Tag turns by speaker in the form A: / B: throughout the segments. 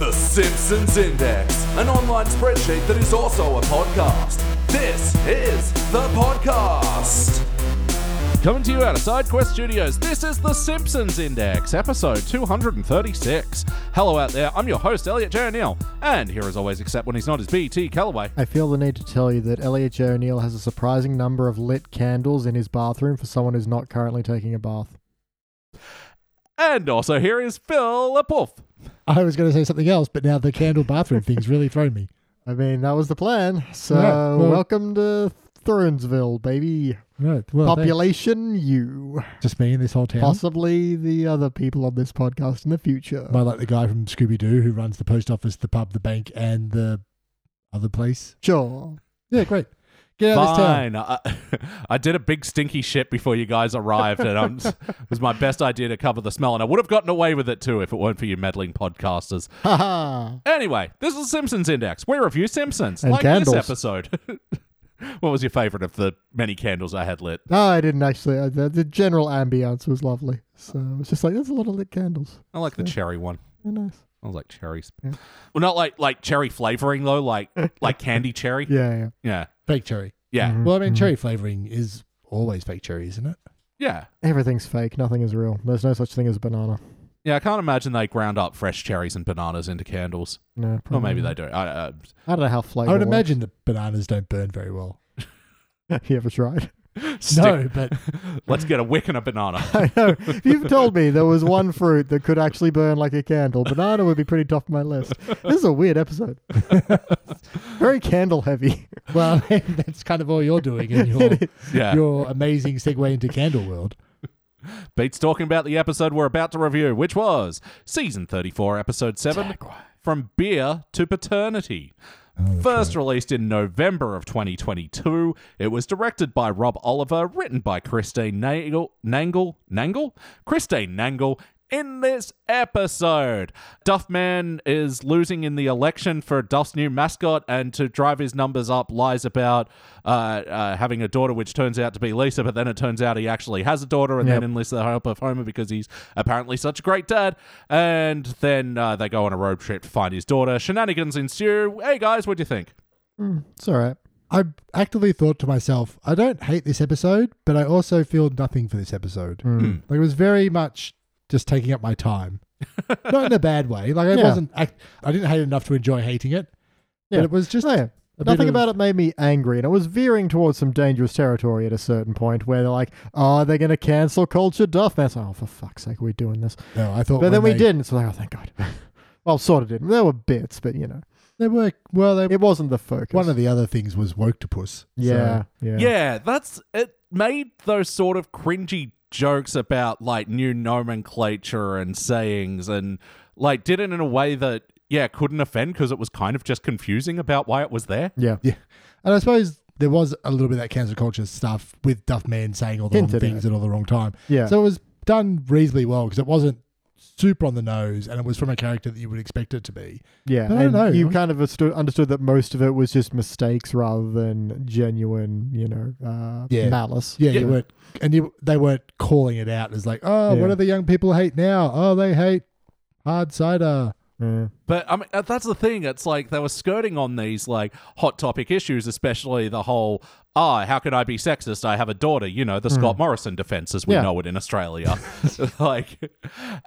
A: Simpsons Index, an online spreadsheet that is also a podcast. This is the podcast.
B: Coming to you out of SideQuest Studios, this is The Simpsons Index, episode 236. Hello out there, I'm your host, Elliot J. O'Neill, and here as always, except when he's not, is BT Calloway.
C: I feel the need to tell you that Elliot J. O'Neill has a surprising number of lit candles in his bathroom for someone who's not currently taking a bath.
B: And also here is Phil Lapoff.
D: I was going to say something else, but now the candle bathroom thing's really thrown me.
C: I mean, that was the plan. So,
D: Yeah, well-
C: welcome to Thurnsville, baby.
D: Right. Well, thanks.
C: Population you.
D: just me in this whole town.
C: Possibly the other people on this podcast in the future.
D: Am I like the guy from Scooby Doo who runs the post office, the pub, the bank, and the other place?
C: Sure.
D: Yeah, great. Get out of this town.
B: Fine. I, I did a big stinky shit before you guys arrived, and um, it was my best idea to cover the smell, and I would have gotten away with it too if it weren't for you meddling podcasters.
C: Ha ha.
B: Anyway, this is Simpsons Index. We review Simpsons,
C: And
B: like
C: candles.
B: this episode. what was your favorite of the many candles I had lit?
C: No, I didn't actually. I, the, the general ambiance was lovely. So, I was just like, there's a lot of lit candles.
B: I like the cherry one.
C: They're nice.
B: I was like cherries.
C: Yeah.
B: Well, not like like cherry flavoring though, like like candy cherry. Yeah,
C: Yeah, yeah.
B: yeah,
D: Fake cherry.
B: yeah.
C: Mhm.
D: Well, I mean, cherry flavoring is always fake cherry, isn't it?
C: Mm-hmm.
B: yeah.
C: Everything's fake. Nothing is real. There's no such thing as a banana.
B: I can't imagine they ground up fresh cherries and bananas into candles.
C: No,
B: Or maybe
C: not.
B: they do. I, uh, I,
C: I don't know how flavor.
D: I would
C: works.
D: imagine the bananas don't burn very well.
C: you ever tried?
B: stick-
D: No, but
B: Let's get a wick and a banana.
C: I know. If you've told me there was one fruit that could actually burn like a candle, banana would be pretty top of my list. This is a weird episode. Very candle heavy.
D: well, I mean, that's kind of all you're doing in your
B: Yeah.
D: your amazing segue into candle world.
B: Beats talking about the episode we're about to review, which was season 34, episode 7 From Beer to Paternity. First released in November of 2022, it was directed by Rob Oliver, written by Christine Nangle, Nangle, Nangle, Christine Nangle. In this episode, Duffman is losing in the election for Duff's new mascot, and to drive his numbers up, lies about uh, uh, having a daughter, which turns out to be Lisa, but then it turns out he actually has a daughter, and
C: Yep.
B: then enlists the help of Homer because he's apparently such a great dad. And then uh, they go on a road trip to find his daughter. Shenanigans ensue. Hey guys, what do you think?
C: It's all right.
D: I actively thought to myself, I don't hate this episode, but I also feel nothing for this episode.
C: Hmm.
D: Like it was very much just taking up my time, not in a bad way. Like I
C: Yeah.
D: wasn't, act- I didn't hate it enough to enjoy hating it,
C: Yeah.
D: but it was just
C: Oh, yeah.
D: a
C: Nothing
D: bit
C: about it made me angry, and it was veering towards some dangerous territory at a certain point where they're like, oh, they're going to cancel culture Duff. That's, oh, for fuck's sake, we're doing this.
D: it. No, I thought,
C: But then we
D: when they-
C: didn't. So, like, oh, thank God. well, sort of didn't. There were bits, but, you know,
D: They were well. They,
C: it wasn't the focus.
D: one of the other things was woke to puss.
C: Yeah.
D: So,
C: yeah.
B: Yeah, that's it. Made those sort of cringy jokes about like new nomenclature and sayings, and like did it in a way that yeah couldn't offend because it was kind of just confusing about why it was there.
C: Yeah.
D: yeah, and I suppose there was a little bit of that cancel culture stuff with Duff Man saying all the
C: Hinted at.
D: wrong things at all the wrong time.
C: Yeah.
D: So it was done reasonably well because it wasn't super on the nose, and it was from a character that you would expect it to be.
C: Yeah,
D: I don't
C: and
D: know.
C: you
D: I-
C: kind of astu- understood that most of it was just mistakes rather than genuine, you know, uh,
D: Yeah.
C: malice.
D: Yeah, you weren't, and you they weren't calling it out as like, oh,
C: Yeah.
D: what do the young people hate now? Oh, they hate hard cider.
C: Yeah.
B: But I mean, uh, that's the thing. It's like they were skirting on these like hot topic issues, especially the whole ah, how can I be sexist? I have a daughter. You know, the Scott Morrison defense as we
C: Hmm. Yeah.
B: know it in Australia. like,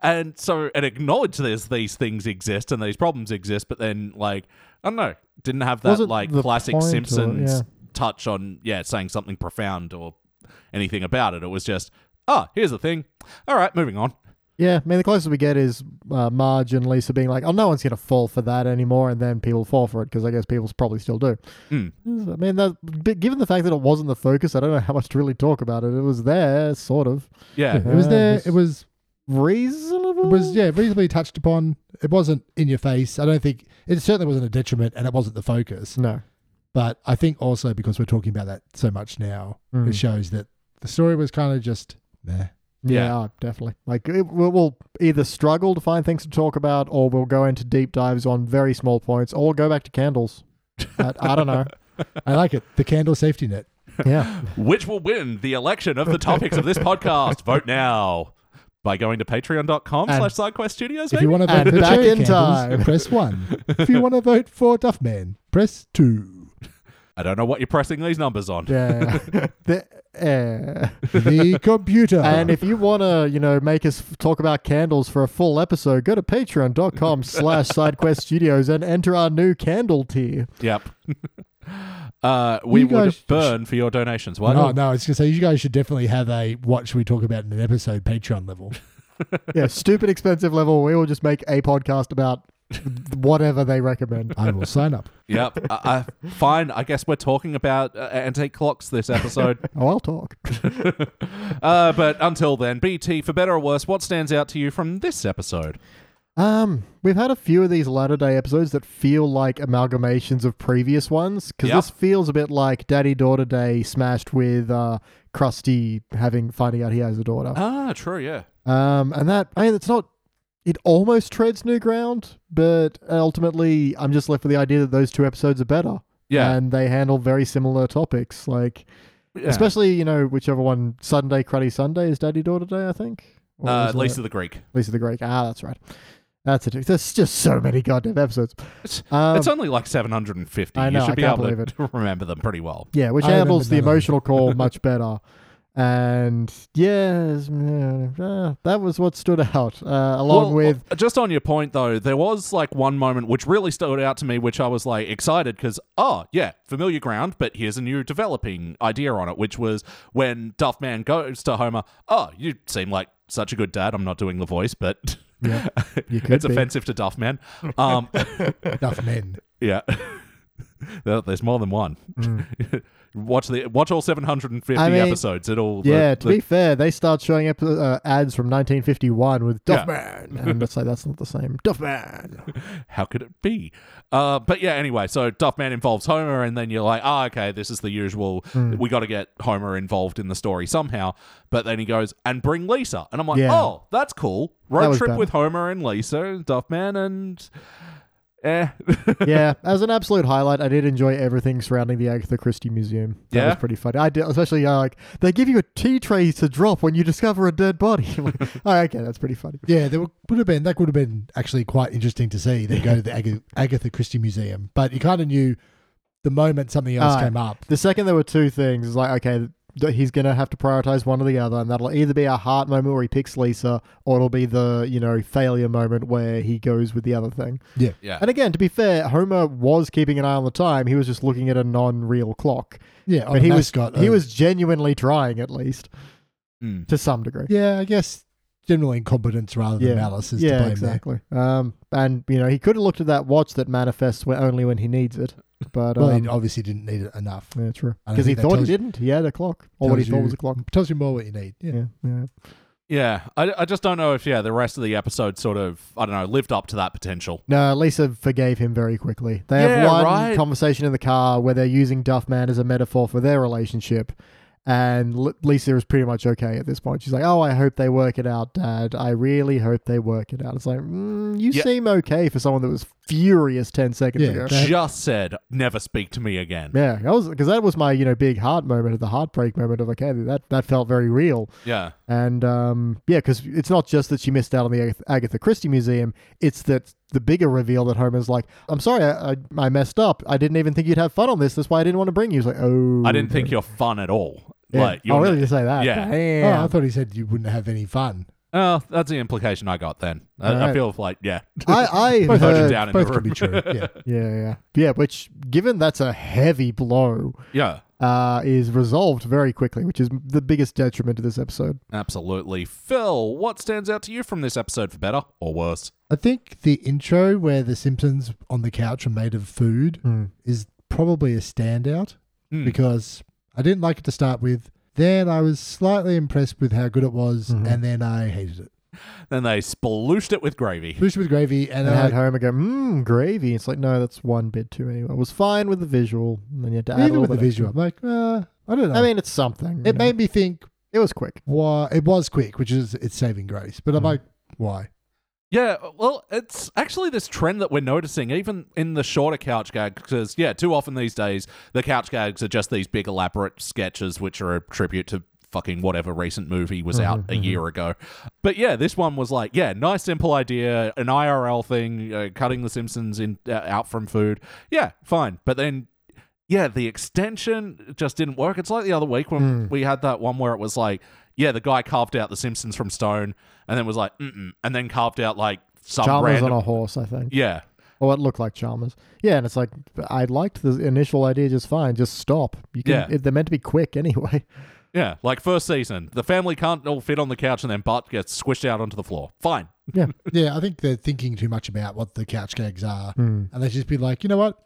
B: and so and acknowledge there's these things exist and these problems exist, but then like I don't know, didn't have that
C: Wasn't
B: like
C: the
B: classic
C: point or-
B: Simpsons
C: yeah.
B: touch on yeah saying something profound or anything about it. It was just ah, here's the thing. All right, moving on.
C: Yeah, I mean, the closest we get is uh, Marge and Lisa being like, oh, no one's going to fall for that anymore. And then people fall for it because I guess people probably still do.
B: Mm.
C: I mean, that, but given the fact that it wasn't the focus, I don't know how much to really talk about it. It was there, sort of.
B: Yeah.
D: It was
C: Yeah,
D: there.
C: it's-
D: It was
C: Reasonable?
D: it was yeah reasonably touched upon. It wasn't in your face. I don't think it certainly wasn't a detriment, and it wasn't the focus.
C: No.
D: But I think also because we're talking about that so much now,
C: Mm.
D: it shows that the story was kind of just nah.
C: Yeah,
B: Yeah.
C: oh, definitely. Like it, we'll, we'll either struggle to find things to talk about, or we'll go into deep dives on very small points, or we'll go back to candles. I, I don't know.
D: I like it. The candle safety net.
C: Yeah,
B: Which will win the election of the topics of this podcast? Vote now. by going to patreon.com
D: And
B: slash sidequest studios,
D: If you
B: maybe?
D: want to vote
C: And
D: for
C: back
D: Jack
C: in time.
D: press one. if you want to vote for Duffman, press two.
B: I don't know what you're pressing these numbers on.
C: Yeah. The- eh.
D: The computer.
C: And if you want to, you know, make us f- talk about candles for a full episode, go to patreon.com slash sidequest studios and enter our new candle tier.
B: Yep. uh, we
D: You
B: would
D: guys-
B: burn for your donations. Why
D: no,
B: not?
D: no, I was gonna say you guys should definitely have a what should we talk about in an episode Patreon level.
C: Yeah, stupid expensive level. We will just make a podcast about whatever they recommend.
D: I will sign up.
B: Yep. I, I, fine. I guess we're talking about uh, antique clocks this episode.
C: Oh, I'll talk.
B: uh, but until then, BT, for better or worse, what stands out to you from this episode?
C: Um, we've had a few of these latter day episodes that feel like amalgamations of previous ones because
B: Yeah.
C: this feels a bit like Daddy Daughter Day smashed with uh, Krusty having finding out he has a daughter.
B: Ah, true. Yeah.
C: Um, and that I mean, it's not. It almost treads new ground, but ultimately, I'm just left with the idea that those two episodes are better.
B: Yeah.
C: and they handle very similar topics, like
B: Yeah.
C: especially you know whichever one Sunday Cruddy Sunday is Daddy Daughter Day, I think. Or
B: uh,
C: is it-
B: Lisa the Greek.
C: Lisa the Greek. Ah, that's right. That's it. There's just so many goddamn episodes.
B: It's-
C: Um,
B: it's only like 750.
C: I know,
B: you should
C: I
B: be
C: can't
B: able
C: believe
B: to remember them pretty well.
C: yeah, which
D: I remember
C: handles the
D: none of them.
C: emotional core much better. And yes, mm, uh, that was what stood out, uh, along
B: Well,
C: with
B: uh, just on your point though, there was like one moment which really stood out to me, which I was like excited because oh yeah, familiar ground, but here's a new developing idea on it, which was when Duffman goes to Homer, oh you seem like such a good dad. I'm not doing the voice, but
D: You could
B: it's
D: be.
B: offensive to Duffman. Um,
D: Duffman.
B: yeah, There- there's more than one. watch the watch all 750
C: Mm. I mean,
B: episodes. It all
C: Yeah,
B: the-
C: to
B: the-
C: be fair, they start showing up uh, ads from 1951 with
B: Yeah.
C: Duffman, and it's like that's not the same. Duffman.
B: how could it be? Uh, but yeah, anyway, so Duffman involves Homer, and then you're like, oh, okay, this is the usual.
C: Hmm.
B: We got to get Homer involved in the story somehow. But then he goes, and bring Lisa. And I'm like,
C: Yeah.
B: oh, that's cool. Road
C: was
B: trip
C: bad.
B: with Homer and Lisa, Duffman, and. Eh.
C: yeah, as an absolute highlight, I did enjoy everything surrounding the Agatha Christie Museum. That
B: Yeah?
C: was pretty funny. I did, especially uh, like they give you a tea tray to drop when you discover a dead body. like, oh, okay, that's pretty funny.
D: Yeah, there would have been that would have been actually quite interesting to see. They go to the Ag- Agatha Christie Museum, but you kind of knew the moment something else
C: Ah.
D: came up.
C: The second there were two things, it's like okay. th- He's gonna have to prioritize one or the other, and that'll either be a heart moment where he picks Lisa, or it'll be the you know failure moment where he goes with the other thing.
D: Yeah,
B: Yeah.
C: And again, to be fair, Homer was keeping an eye on the time. He was just looking at a non-real clock,
D: yeah. on
C: but
D: a
C: he was
D: mascot,
C: he
D: uh,
C: was genuinely trying, at least
B: Mm.
C: to some degree.
D: yeah. I guess general incompetence rather than malice is to
C: yeah,
D: blame
C: exactly. Um, and you know, he could have looked at that watch that manifests when, only when he needs it, but
D: there. Well,
C: um,
D: he obviously didn't need it enough.
C: yeah, true.
D: I don't
C: Because he
D: think that
C: thought he
D: tells-
C: didn't. He had a clock, or what he
D: tells
C: thought
D: you-
C: was a clock.
D: Tells you more what you need. Yeah.
C: Yeah, yeah.
B: Yeah. I, I just don't know if, yeah, the rest of the episode sort of, I don't know, lived up to that potential.
C: No, Lisa forgave him very quickly. They
B: Yeah,
C: have one
B: right.
C: conversation in the car where they're using Duffman as a metaphor for their relationship. And L- Lisa is pretty much okay at this point. She's like, Oh, I hope they work it out, Dad. I really hope they work it out. It's like, mm, You
B: Yeah.
C: seem okay for someone that was furious 10 seconds
D: Yeah,
C: ago.
D: that- Right.
B: Just said, never speak to me again.
C: yeah, that was because that was my you know big heart moment, the heartbreak moment of like, hey, that that felt very real.
B: Yeah.
C: And um, yeah, because it's not just that she missed out on the Agath- Agatha Christie Museum, it's that the bigger reveal that Homer's like, I'm sorry, I, I, I messed up. I didn't even think you'd have fun on this. That's why I didn't want to bring you. He's like, oh.
B: I didn't think you're fun at all.
C: Yeah.
B: Like,
C: oh,
B: you're
C: really? To say that?
B: Yeah.
C: Damn.
D: Oh, I thought he said you wouldn't have any fun.
B: Oh, that's the implication I got then. I, I
C: Alright.
B: feel like, yeah.
C: I, I
D: Both,
B: Voted
C: heard.
B: down. in the
D: both
B: room.
D: can be true. Yeah.
C: Yeah, yeah, yeah. Which, given that's a heavy blow,
B: yeah,
C: uh, is resolved very quickly, which is the biggest detriment to this episode.
B: absolutely. Phil, what stands out to you from this episode for better or worse?
D: I think the intro where the Simpsons on the couch are made of food is probably a standout
B: Hmm.
D: because I didn't like it to start with. Then I was slightly impressed with how good it was,
B: Mm-hmm.
D: and then I hated it.
B: Then they splooshed it with gravy.
D: Fish with gravy, and
C: And I
D: I,
C: had Homer go, mmm, gravy. It's like, no, that's one bit too many. I was fine with the visual. And then you had to add a
D: even
C: little
D: with the
C: bit extra.
D: visual, I'm like, uh, I don't know.
C: I mean, it's something.
D: it
C: you know.
D: made me think.
C: it was quick.
D: Why it was quick, which is its saving grace.
B: Mm-hmm.
D: But I'm like, why?
B: Yeah, uh, well, it's actually this trend that we're noticing, even in the shorter couch gag, because, yeah, too often these days, the couch gags are just these big, elaborate sketches, which are a tribute to fucking whatever recent movie was out a year ago. But yeah, this one was like, yeah, nice simple idea, an IRL thing, uh, cutting the Simpsons in uh, out from food. Yeah, fine. But then yeah, the extension just didn't work. It's like the other week
C: Hmm.
B: when we had that one where it was like, yeah, the guy carved out the Simpsons from stone and then was like, mm and then carved out like some
C: Chalmers
B: random
C: on a horse, I think.
B: yeah.
C: Or it looked like Chalmers. Yeah, and it's like I liked the initial idea just fine. Just stop. You can,
B: Yeah.
C: it, they're meant to be quick anyway.
B: Yeah, like first season, the family can't all fit on the couch, and then Bart gets squished out onto the floor. Fine.
C: Yeah,
D: Yeah, I think they're thinking too much about what the couch gags are,
C: Hmm.
D: and they should just be like, you know what,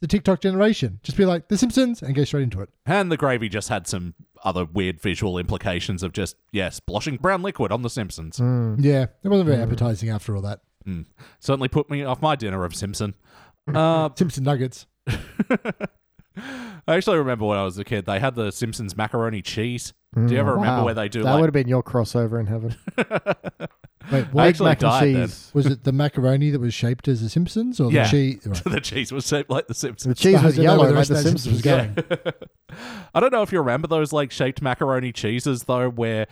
D: the TikTok generation. Just be like the Simpsons and go straight into it.
B: And the gravy just had some other weird visual implications of just yeah, splashing brown liquid on the Simpsons.
C: Hmm.
D: Yeah, it wasn't very appetizing after all that.
B: Mm. Certainly put me off my dinner of Simpson. Uh,
D: Simpson nuggets.
B: I actually remember when I was a kid, they had the Simpsons macaroni cheese. Do you ever remember
C: Hmm. Wow.
B: where they do
C: That would
B: like?
C: have been your crossover in heaven.
D: Wait,
B: I
D: what
B: actually
C: mac and
B: died then.
C: cheese.
D: was it? The macaroni that was shaped as the Simpsons or
B: Yeah.
D: the cheese? Right.
B: the cheese was shaped like the
C: The
B: Simpsons.
C: cheese
D: I
C: was
D: didn't know
C: yellow,
D: where the
C: like
D: rest
C: the
D: of those
C: Simpsons.
D: was going.
B: I don't know if you remember those like shaped macaroni cheeses though, where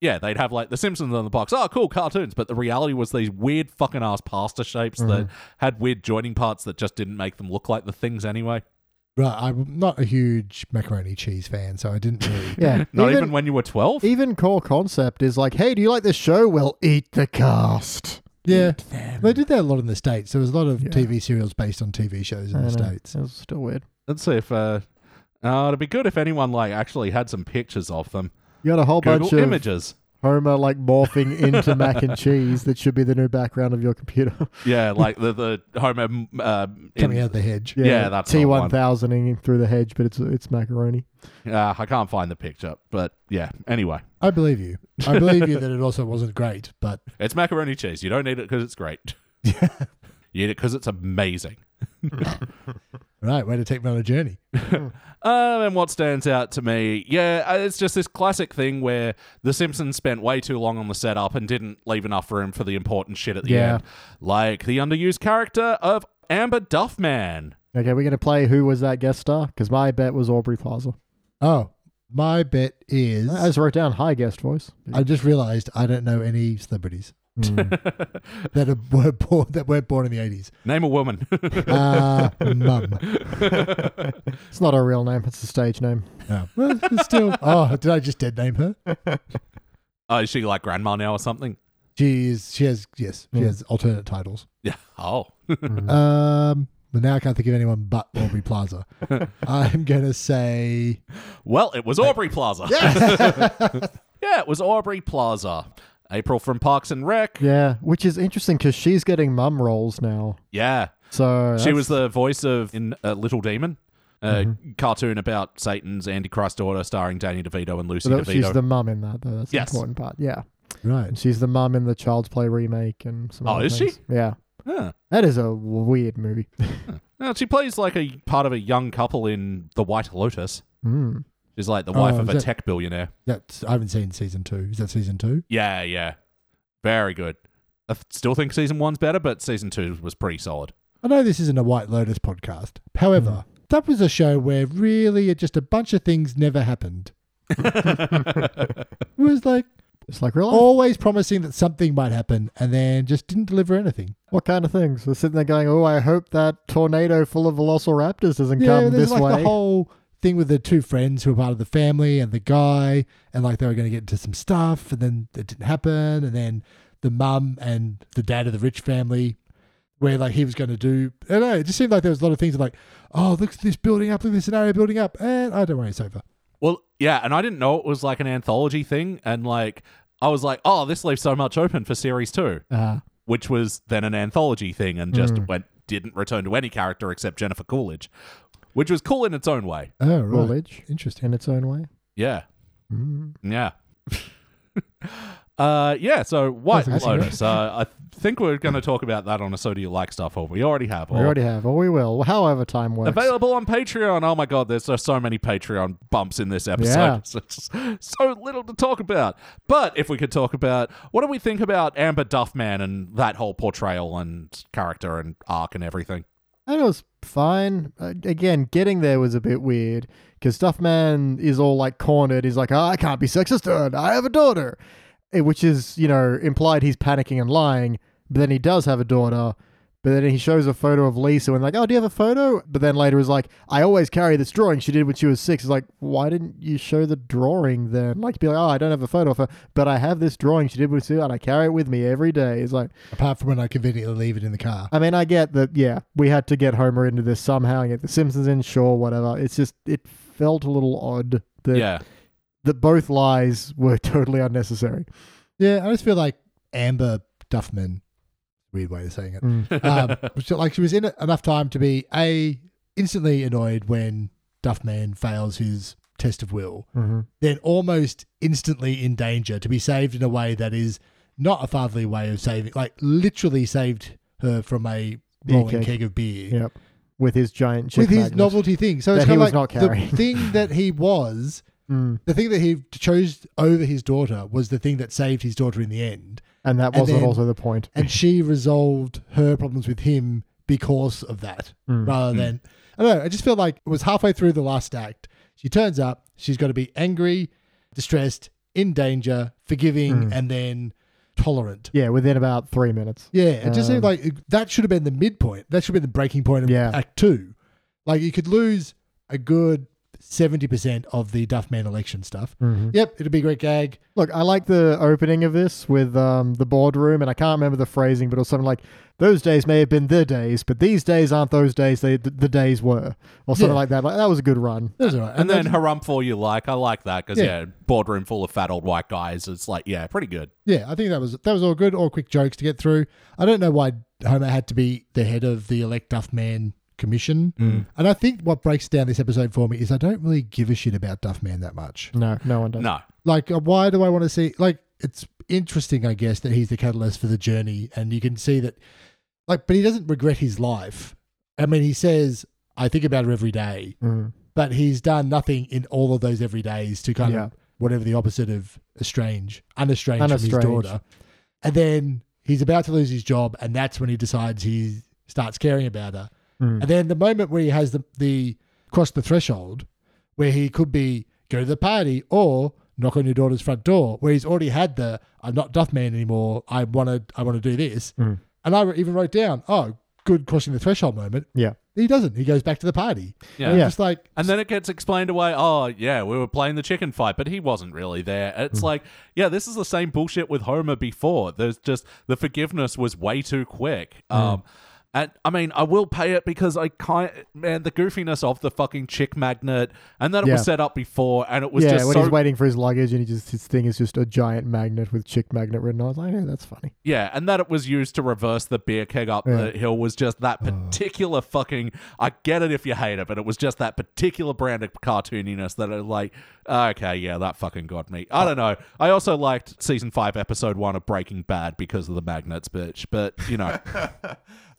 B: yeah, they'd have like the Simpsons on the box. Oh, cool cartoons, but the reality was these weird fucking ass pasta shapes that
C: Mm-hmm.
B: had weird joining parts that just didn't make them look like the things anyway.
D: Right, I'm not a huge macaroni cheese fan, so I didn't really.
C: Yeah,
B: Not even, when you were twelve.
C: even core concept is like, hey, do you like this show? Well, eat the cast.
D: yeah, they did that a lot in the states. There was a lot of TV serials based on TV shows in the states.
C: It was still weird.
B: Let's see if uh, uh it'd be good if anyone like actually had some pictures of them.
C: You got a whole bunch
B: Google
C: of
B: images.
C: Homer like morphing into mac and cheese that should be the new background of your computer.
B: Yeah, like the the Homer um, uh, in-
D: Coming out of the hedge.
B: Yeah, that's the
C: T one
B: one.
C: thousanding through the hedge, but it's it's macaroni.
B: Uh, I can't find the picture, but yeah. Anyway,
D: I believe you. I believe you that it also wasn't great, but
B: it's macaroni cheese. You don't eat it because it's great. you eat it because it's amazing.
D: right, way to take me on a journey.
B: Um, and what stands out to me, yeah, uh, it's just this classic thing where The Simpsons spent way too long on the setup and didn't leave enough room for the important shit at the
C: Yeah.
B: end, like the underused character of Amber Duffman.
C: Okay, we're gonna play who was that guest star? Because my bet was Aubrey Plaza.
D: Oh, my bet is
C: I just wrote down high guest voice.
D: I just realised I don't know any celebrities that are, were born that weren't born in the eighties.
B: Name a woman.
D: Uh, mum.
C: It's not her real name; it's a stage name.
D: No. Well, it's still. Oh, did I just dead name her?
B: oh, is she like grandma now or something?
D: She is. She has. Yes, she has alternate titles.
B: Yeah. Oh.
D: Um, but now I can't think of anyone but Aubrey Plaza. I'm gonna say
B: Well, it was Aubrey Plaza. Yeah. yeah, it was Aubrey Plaza. April from Parks and Rec. Yeah.
C: Yeah, which is interesting because she's getting mum roles now. So
B: She
C: that's- Mm-hmm.
B: was the voice of in uh, Little Demon, a cartoon about Satan's Antichrist daughter starring Danny DeVito and Lucy
C: that- she's
B: DeVito.
C: the mum in that though. That's
B: Yes.
C: the important part. Yeah, and
D: right.
C: she's the mum in the Child's Play remake and some.
B: Oh,
C: other
B: is she?
C: things. Yeah,
B: Huh.
C: that is a weird movie.
B: Now, she plays like a part of a young couple in The White Lotus.
C: Mm.
B: She's like the
D: Oh,
B: wife of
D: is
B: a
D: that-
B: tech billionaire.
D: That's. I haven't seen season two. Is that season two?
B: Yeah, yeah. Very good. I th- still think season one's better, but season two was pretty solid.
D: I know this isn't a White Lotus podcast. However, that was a show where really it just a bunch of things never happened. it was like
C: It's like real life.
D: always promising that something might happen and then just didn't deliver anything.
C: What kind of things? We're sitting there going, "Oh, I hope that tornado full of velociraptors doesn't
D: yeah,
C: come this
D: there's like
C: way."
D: the whole thing with the two friends who were part of the family and the guy, and like they were going to get into some stuff, and then it didn't happen, and then the mum and the dad of the rich family. Where like he was going to do, I don't know. It just seemed like there was a lot of things like, oh, look at this building up, look at this scenario building up, and I don't worry, it's over.
B: Well, yeah, and I didn't know it was like an anthology thing, and like I was like, oh, this leaves so much open for series two,
C: Ah.
B: which was then an anthology thing, and just went didn't return to any character except Jennifer Coolidge, which was cool in its own way.
D: Oh, right.
C: Coolidge.
D: Interesting.
C: in its own way. Hmm.
B: Yeah, yeah, uh, yeah. So White
D: That's a good
B: Lotus. Uh, I think we're going to talk about that on a So Do You Like Stuff, or we already have.
C: We
B: or-
C: already have, or we will, however time works.
B: Available on Patreon. Oh my god, there's so, so many Patreon bumps in this episode.
C: Yeah.
B: So, so little to talk about. But if we could talk about what do we think about Amber Duffman and that whole portrayal and character and arc and everything?
C: And it was fine. Uh, again, getting there was a bit weird because Duffman is all like cornered. He's like, oh, I can't be sexist. uh, I have a daughter, Eh, which is you know implied he's panicking and lying. But then he does have a daughter. But then he shows a photo of Lisa and like, oh, do you have a photo? But then later is like, I always carry this drawing she did when she was six. It's like, why didn't you show the drawing then? Like, be like, oh, I don't have a photo of her, but I have this drawing she did when she was and I carry it with me every day. It's like,
D: Apart from when I conveniently leave it in the car.
C: I mean, I get that. Yeah, we had to get Homer into this somehow. and Get the Simpsons in, sure, whatever. It's just it felt a little odd that
B: yeah.
C: that both lies were totally unnecessary.
D: Yeah, I just feel like Amber Duffman, weird way of saying it.
C: Mm,
D: Um, was she- like she was in it enough time to be a instantly annoyed when Duffman fails his test of will,
C: mm-hmm,
D: then almost instantly in danger to be saved in a way that is not a fatherly way of saving. Like literally saved her from a
C: Beer
D: rolling
C: keg.
D: keg of beer
C: Yep, with his giant chick
D: with his
C: magnet.
D: novelty thing. So it's
C: That he
D: kind of
C: was
D: like
C: not carrying.
D: the thing that he was,
C: Mm,
D: the thing that he chose over his daughter was the thing that saved his daughter in the end.
C: and that
D: and
C: wasn't
D: then-
C: also the point.
D: And she resolved her problems with him because of that,
C: Mm. Mm-hmm.
D: rather than I don't know. I just feel like it was halfway through the last act. She turns up. She's got to be angry, distressed, in danger, forgiving, and then tolerant.
C: Mm. Yeah, within about three minutes.
D: Yeah, it just seemed
C: Um,
D: like it- that should have been the midpoint. That should have been the breaking point of
C: Yeah.
D: Act Two. Like you could lose a good seventy percent of the Duffman election stuff.
C: Mm-hmm.
D: Yep, it'd be a great gag.
C: Look, I like the opening of this with um, the boardroom, and I can't remember the phrasing, but it was something like, "Those days may have been the days, but these days aren't those days. They the days were," or something
D: Yeah.
C: like that. Like, that was a good run.
D: That's all right.
B: And then Harumpful You Like. I like that because,
D: Yeah.
B: yeah. boardroom full of fat old white guys. It's like, yeah, pretty good.
D: yeah, I think that was that was all good. All quick jokes to get through. I don't know why Homer had to be the head of the elect Duffman commission. And I think what breaks down this episode for me is I don't really give a shit about Duffman that much.
C: No, no one does.
B: No.
D: like uh, why do i want to see like it's interesting i guess that he's the catalyst for the journey and you can see that like but he doesn't regret his life i mean he says i think about her every day
C: Mm.
D: but he's done nothing in all of those every days to kind
C: Yeah.
D: of whatever the opposite of estrange unestranged,
C: Unestranged.
D: from his daughter and then he's about to lose his job and that's when he decides he starts caring about her
C: Mm.
D: and then the moment where he has the, the cross the threshold, where he could be go to the party or knock on your daughter's front door, where he's already had the I'm not Duffman anymore. I want to I want to do this.
C: Mm.
D: And I even wrote down, oh, good crossing the threshold moment.
C: Yeah.
D: He doesn't. He goes back to the party.
B: Yeah.
D: And
C: Yeah.
D: Just like
B: And then it gets explained away. Oh, yeah, we were playing the chicken fight, but he wasn't really there. It's like, yeah, this is the same bullshit with Homer before. There's just the forgiveness was way too quick. Um, and I mean, I will pay it because I kind man the goofiness of the fucking chick magnet, and that it
C: Yeah.
B: was set up before, and it was
C: yeah,
B: just
C: when
B: so
C: he's waiting for his luggage and he just his thing is just a giant magnet with chick magnet written on. it. I was like, yeah, that's funny.
B: Yeah, and that it was used to reverse the beer keg up the hill was just that
D: Oh.
B: particular fucking. I get it if you hate it, but it was just that particular brand of cartooniness that are like, okay, yeah, that fucking got me. I don't know. I also liked season five, episode one of Breaking Bad because of the magnets, bitch. But you know,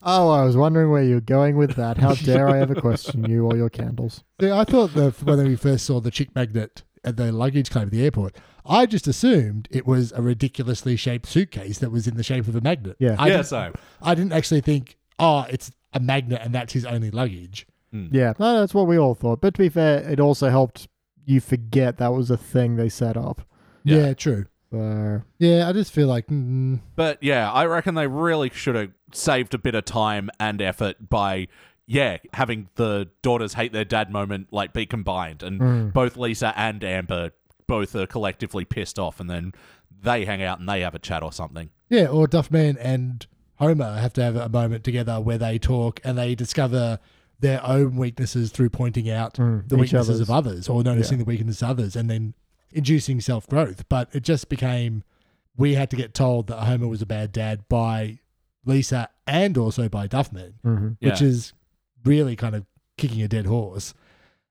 C: Oh, I was wondering where you're going with that. How dare I ever question you or your candles?
D: Yeah, I thought the when we first saw the chick magnet at the luggage claim at the airport, I just assumed it was a ridiculously shaped suitcase that was in the shape of a magnet.
C: Yeah.
D: I
B: Yeah,
D: didn't-
B: same.
D: I didn't actually think, oh, it's a magnet and that's his only luggage.
C: Yeah, no, that's what we all thought. But to be fair, it also helped you forget that was a thing they set up.
B: Yeah.
D: true.
C: So, mm-hmm.
D: Yeah, I just feel like mm,
B: But yeah, I reckon they really should have saved a bit of time and effort by yeah, having the daughters hate their dad moment like be combined and both Lisa and Amber both are collectively pissed off and then they hang out and they have a chat or something.
D: yeah, or Duffman and Homer have to have a moment together where they talk and they discover their own weaknesses through pointing out the
C: Mm, each
D: weaknesses
C: other's.
D: of others or noticing the weaknesses of others and then inducing self growth. But it just became we had to get told that Homer was a bad dad by Lisa and also by Duffman.
C: Mm-hmm.
D: which
B: Yeah.
D: is really kind of kicking a dead horse.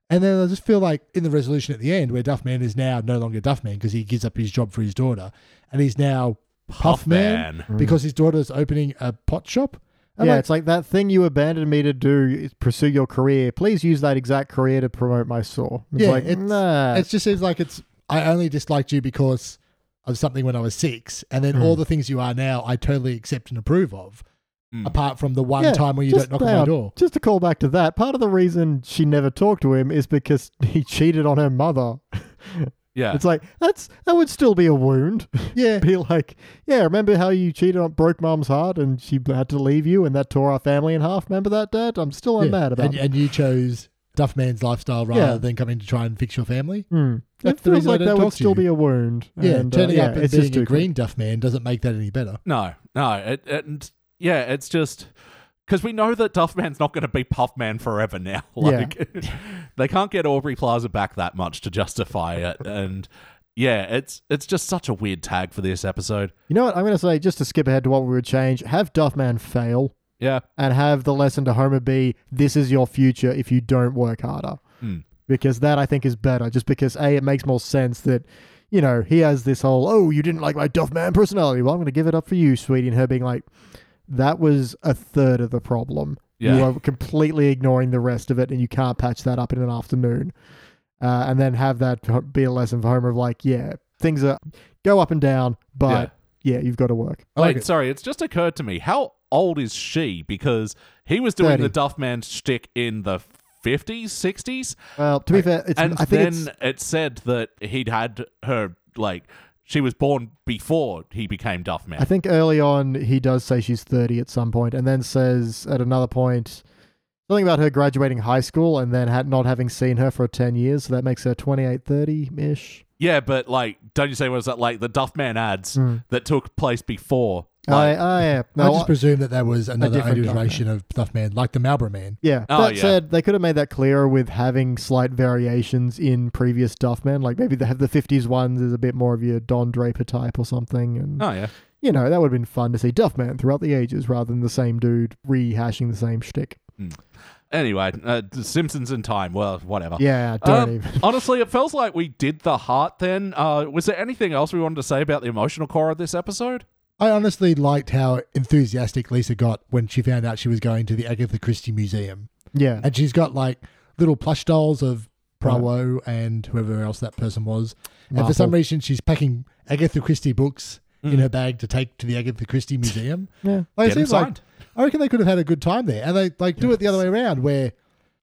D: And then I just feel like in the resolution at the end, where Duffman is now no longer Duffman because he gives up his job for his daughter, and he's now Puffman
B: Puffman.
D: because his daughter's opening a pot shop. I'm
C: Mm. yeah,
D: like,
C: it's like that thing you abandoned me to do is pursue your career. Please use that exact career to promote my store. It's
D: yeah,
C: like,
D: it's,
C: nah.
D: it just seems like it's. I only disliked you because
C: Mm.
D: of something when I was six, and then all the things you are now, I totally accept and approve of. apart from the one
C: Mm. Yeah,
D: time where you
C: just-
D: don't knock on
C: hang
D: my
C: on,
D: door.
C: Just to call back to that, part of the reason she never talked to him is because he cheated on her mother.
B: Yeah.
C: It's like that's that would still be a wound.
D: Yeah.
C: be like, yeah, remember how you cheated on broke mom's heart and she had to leave you and that tore our family in half. Remember that, Dad? I'm still
D: yeah.
C: mad about
D: and,
C: it.
D: and you chose Duff Man's lifestyle rather
C: Yeah.
D: than coming to try and fix your family.
C: Hmm.
D: that's
C: It
D: the
C: feels
D: reason I
C: like
D: don't
C: that
D: talk
C: would
D: to
C: still
D: you.
C: be a wound.
D: Yeah,
C: and, uh,
D: turning
C: yeah,
D: up and
C: it's
D: being
C: just
D: a
C: too
D: green Duff Man doesn't make that any better.
B: no, no. It, it, and yeah, it's just because we know that Duffman's not going to be Puffman forever now. Like, they can't get Aubrey Plaza back that much to justify it. And yeah, it's it's just such a weird tag for this episode.
C: You know what? I'm going to say, just to skip ahead to what we would change, have Duffman fail
B: Yeah.
C: and have the lesson to Homer be this is your future if you don't work harder.
B: Hmm.
C: Because that I think is better, just because A, it makes more sense that, you know, he has this whole, oh, you didn't like my Duffman personality. Well, I'm going to give it up for you, sweetie. And her being like, that was a third of the problem.
B: Yeah.
C: You are completely ignoring the rest of it and you can't patch that up in an afternoon. Uh, and then have that be a lesson for Homer of like, yeah, things are go up and down, but yeah, you've got to work.
D: I like
B: Wait,
D: it.
B: sorry, it's just occurred to me. How old is she? Because he was doing
C: 30.
B: the Duffman shtick in the 50s, 60s.
C: Well, to be fair, it's,
B: and
C: I think it's
B: then it said that he'd had her, like, she was born before he became Duffman.
C: I think early on he does say she's 30 at some point and then says at another point something about her graduating high school and then had not having seen her for 10 years. So that makes her 28, 30 ish.
B: yeah, but, like, don't you say, was that, like, the Duffman ads
C: Hmm.
B: that took place before?
C: I,
B: Like,
C: I, yeah. No,
D: I just presume that that was another
C: different Duff Man.
D: iteration of Duff Man, like the Marlboro Man.
C: yeah.
B: Oh,
C: that
B: yeah.
C: said, they could have made that clearer with having slight variations in previous Duffman. Like maybe they have the 50s ones is a bit more of your Don Draper type or something. And,
B: oh, yeah.
C: you know, that would have been fun to see Duffman throughout the ages rather than the same dude rehashing the same shtick.
B: Anyway, uh, The Simpsons in Time. Well, whatever.
C: Yeah, don't
B: Um,
C: even.
B: honestly, it feels like we did the heart then. Uh, was there anything else we wanted to say about the emotional core of this episode?
D: I honestly liked how enthusiastic Lisa got when she found out she was going to the Agatha Christie Museum.
C: Yeah.
D: And she's got like little plush dolls of Prowo and whoever else that person was. And for some
C: Marple.
D: reason, she's packing Agatha Christie books in her bag to take to the Agatha Christie Museum.
C: Yeah.
B: Get
D: Like, it
B: 'em
D: seems like-
B: signed.
D: I reckon they could have had a good time there. And they like do it the other way around where,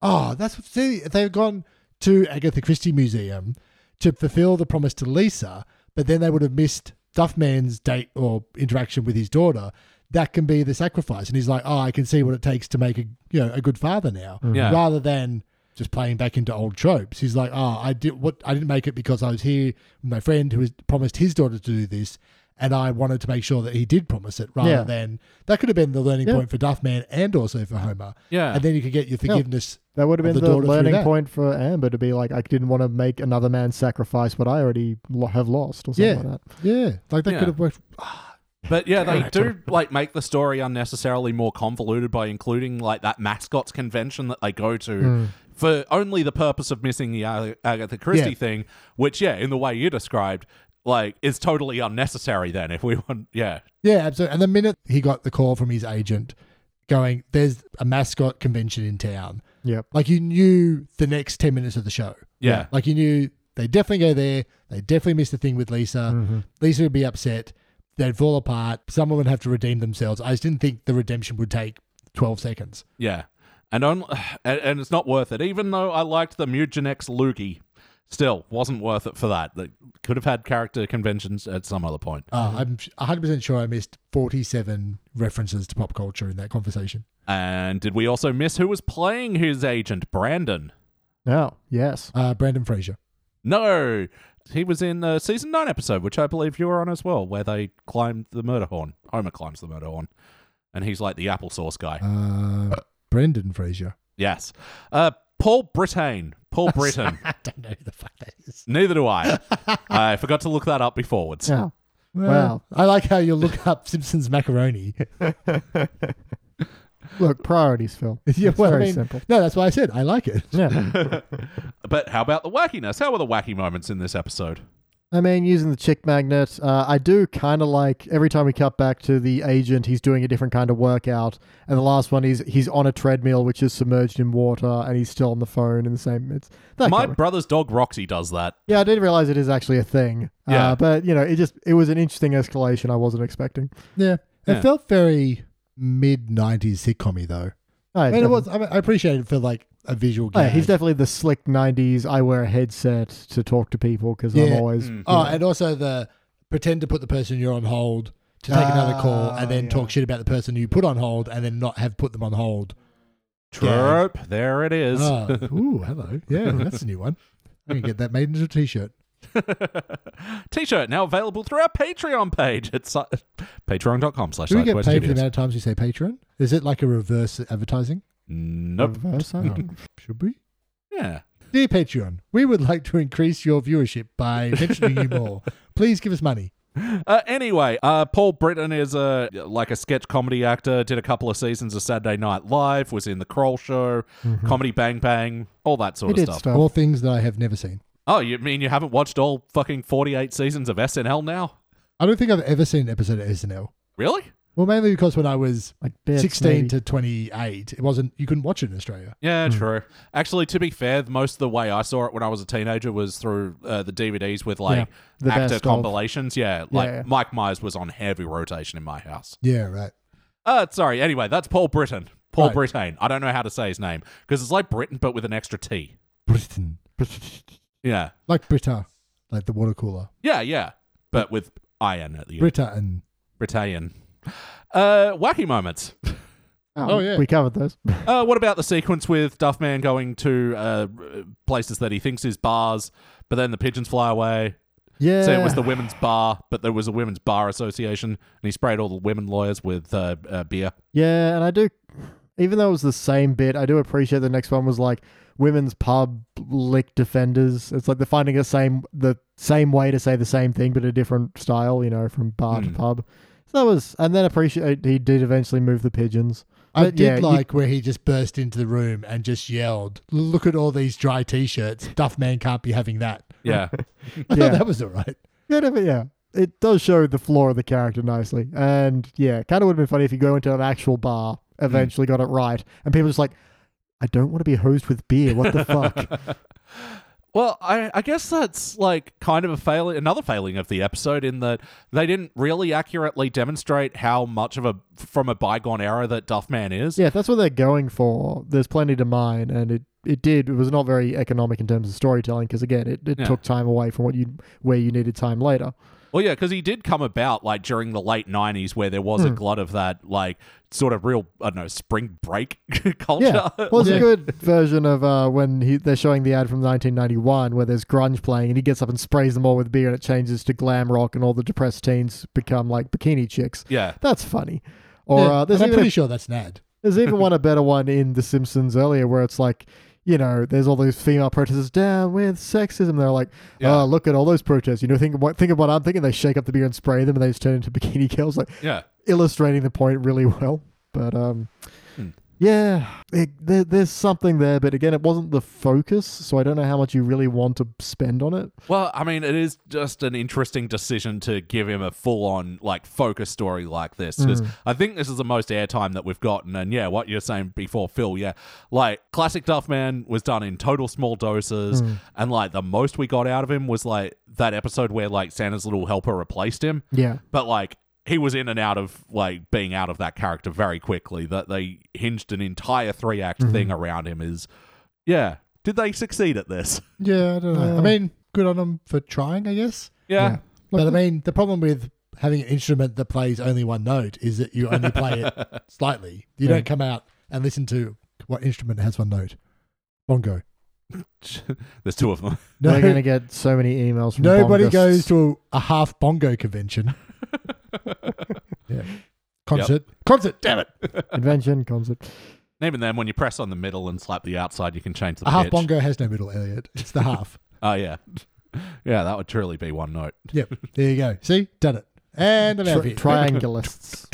D: oh, that's what, see, if they've gone to Agatha Christie Museum to fulfill the promise to Lisa, but then they would have missed Duffman's date or interaction with his daughter. That can be the sacrifice. And he's like, oh, I can see what it takes to make a, you know, a good father now
B: Mm-hmm. Yeah.
D: rather than just playing back into old tropes. He's like, oh, I did what I didn't make it because I was here with my friend who has promised his daughter to do this, and I wanted to make sure that he did promise it rather
C: Yeah.
D: than that could have been the learning
C: Yeah.
D: point for Duffman and also for Homer.
B: Yeah.
D: and then you could get your forgiveness.
C: That would have
D: of
C: been
D: the
C: the,
D: daughter through
C: learning
D: that.
C: point for Amber to be like, I didn't want to make another man sacrifice what I already lo- have lost or something
D: Yeah,
C: like that.
D: yeah, like that
B: Yeah.
D: could have worked.
B: But yeah, they
D: Right.
B: do like make the story unnecessarily more convoluted by including like that mascots convention that they go to for only the purpose of missing the Ag- Agatha Christie
D: Yeah.
B: thing, which yeah, in the way you described, like is totally unnecessary. Then if we want, yeah,
D: Yeah, absolutely. And the minute he got the call from his agent, going, "There's a mascot convention in town,"
C: Yep.
D: like you knew the next 10 minutes of the show.
B: Yeah.
D: Like you knew they definitely go there. They definitely miss the thing with Lisa. Lisa would be upset. They'd fall apart. Someone would have to redeem themselves. I just didn't think the redemption would take 12 seconds.
B: yeah, and on, and, and it's not worth it. Even though I liked the Mucinex Loogie, still wasn't worth it for that. They could have had character conventions at some other point.
D: Uh, I'm 100% sure I missed 47 references to pop culture in that conversation.
B: And did we also miss who was playing his agent, Brandon?
C: Now, yes.
D: Uh, Brandon Fraser.
B: No, he was in the season nine episode, which I believe you were on as well, where they climbed the murder horn. Homer climbs the murder horn, and he's like the applesauce guy.
D: Uh, Brendan Fraser.
B: yes, uh, Paul Brittain, Paul Britton.
D: I don't know who the fuck that is.
B: Neither do I. I forgot to look that up beforewards.
C: Now,
D: Well, I like how you look up Simpsons macaroni.
C: look, priorities, Phil.
D: yeah,
C: It's
D: well,
C: very
D: I mean,
C: simple.
D: No, that's why I said I like it.
C: Yeah.
B: But how about the wackiness? How were the wacky moments in this episode?
C: I mean, using the chick magnet, uh, I do kind of like every time we cut back to the agent, he's doing a different kind of workout. And the last one, he's he's on a treadmill, which is submerged in water, and he's still on the phone in the same. It's that
B: My
C: kind of-
B: brother's dog Roxy does that.
C: Yeah, I did realize it is actually a thing.
B: Yeah.
C: Uh, but, you know, it just, it was an interesting escalation I wasn't expecting.
D: Yeah. It
B: Yeah.
D: felt very mid '90s sitcom though.
C: No,
D: I mean, it was. I, mean, I appreciate it for like a visual
C: Oh,
D: game.
C: yeah, he's definitely the slick '90s. I wear a headset to talk to people because I'm
D: Yeah.
C: always.
B: Mm.
D: Oh, and also the pretend to put the person you're on hold to take another call and then talk shit about the person you put on hold and then not have put them on hold.
B: Trope. There it is.
D: Oh, ooh, hello. Yeah, that's a new one. I can get that made into a t-shirt.
B: T-shirt now available through our Patreon page. It's uh, patreon.com slash
D: Do we get
B: Sideway
D: paid for the
B: Studios.
D: amount of times you say Patreon? Is it like a reverse advertising?
B: Nope.
C: Reverse
D: Oh,
C: ad.
D: should we?
B: Yeah.
D: Dear Patreon, we would like to increase your viewership by mentioning you more. Please give us money.
B: Uh, anyway, uh, Paul Britton is a like a sketch comedy actor. Did a couple of seasons of Saturday Night Live. Was in the Kroll Show, Comedy Bang Bang, all that sort
C: Mm-hmm. He
B: of
C: did
B: stuff.
C: stuff.
D: All things that I have never seen.
B: Oh, you mean you haven't watched all fucking forty-eight seasons of SNL now?
D: I don't think I've ever seen an episode of SNL.
B: Really?
D: Well, mainly because when I was
C: Like bits,
D: 16
C: maybe.
D: to 28, it wasn't, you couldn't watch it in Australia.
B: Yeah,
C: Hmm.
B: true. Actually, to be fair, most of the way I saw it when I was a teenager was through uh, the DVDs with like
C: Yeah, the
B: actor
C: best of.
B: compilations. Yeah, like
C: Yeah.
B: Mike Myers was on heavy rotation in my house.
D: Yeah, right.
B: Uh, sorry. Anyway, that's Paul Britton. Paul
D: Right.
B: Brittain. I don't know how to say his name because it's like Britain but with an extra T.
D: Britain.
B: Yeah,
D: Like Brita, like the water cooler.
B: yeah, yeah, but with iron at the end.
D: Brita and
B: Britain. Uh, wacky moments.
D: Oh, yeah.
C: we covered those.
B: Uh, what about the sequence with Duffman going to uh, places that he thinks is bars, but then the pigeons fly away?
C: yeah,
B: So it was the women's bar, but there was a women's bar association, and he sprayed all the women lawyers with uh, uh, beer.
C: yeah, and I do. Even though it was the same bit, I do appreciate the next one was like women's pub lick defenders. It's like they're finding the same the same way to say the same thing, but a different style. You know, from bar
B: Mm.
C: to pub. So that was, and then appreciate he did eventually move the pigeons.
D: I
C: But
D: did
C: yeah, you-
D: like where he just burst into the room and just yelled, Look at all these dry t shirts. Duff Man can't be having that.
B: Yeah,
D: I
C: Yeah.
D: thought that was all right.
C: Yeah, no, but yeah. It does show the flaw of the character nicely. And yeah, kind of would have been funny if you go into an actual bar, eventually got it right, and people are just like, I don't want to be hosed with beer. What the fuck?
B: Well, I, I guess that's like kind of a failing, another failing of the episode in that they didn't really accurately demonstrate how much of a from a bygone era that Duffman is.
C: yeah, if that's what they're going for. There's plenty to mine, and it, it did. It was not very economic in terms of storytelling because again, it, it
B: Yeah.
C: took time away from what you where you needed time later.
B: Well, yeah, because he did come about like during the late '90s, where there
C: Hmm.
B: was a glut of that like sort of real, I don't know, spring break culture.
C: Yeah, well, it's
B: Like-
C: a good version of uh, when he, they're showing the ad from 1991 where there's grunge playing and he gets up and sprays them all with beer and it changes to glam rock and all the depressed teens become like bikini chicks.
B: yeah.
C: That's funny. Or
D: Yeah,
C: uh, there's,
D: and I'm
C: even
D: pretty
C: a,
D: sure that's an ad.
C: there's even one a better one in The Simpsons earlier where it's like, you know, there's all those female protesters down with sexism. They're like,
B: Yeah.
C: oh, look at all those protests. You know, think of what think of what I'm thinking. They shake up the beer and spray them, and they just turn into bikini girls. Like,
B: Yeah.
C: illustrating the point really well. But um, yeah, it, there, there's something there. But again, it wasn't the focus, so I don't know how much you really want to spend on it.
B: Well, I mean, it is just an interesting decision to give him a full on, like, focus story like this.
C: Hmm.
B: Because I think this is the most airtime that we've gotten. And yeah, what you're saying before, Phil, yeah. Like, classic Duffman was done in total small doses.
C: Hmm.
B: And, like, the most we got out of him was, like, that episode where, like, Santa's little helper replaced him.
C: Yeah,
B: But, like, he was in and out of, like, being out of that character very quickly. That they hinged an entire three act thing around him is, yeah. Did they succeed at this?
D: Yeah, I don't know. I
C: Uh,
D: mean, good on him for trying, I guess.
B: Yeah.
D: But I mean, the problem with having an instrument that plays only one note is that you only play it slightly. You
C: Yeah.
D: don't come out and listen to what instrument has one note. Bongo.
B: There's two of them.
D: No,
C: we're gonna get so many emails from
D: nobody
C: bongists.
D: goes to a, a half bongo convention. yeah. Concert. Concert, damn it.
C: invention concert.
B: Even then, when you press on the middle and slap the outside, you can change the
D: A half
B: pitch.
D: Ah, bongo has no middle, Elliot. It's the half.
B: Oh yeah, yeah, that would truly be one note.
D: yep. There you go. See? Done it. And I'm out of
C: Tri-
D: here.
C: triangulists,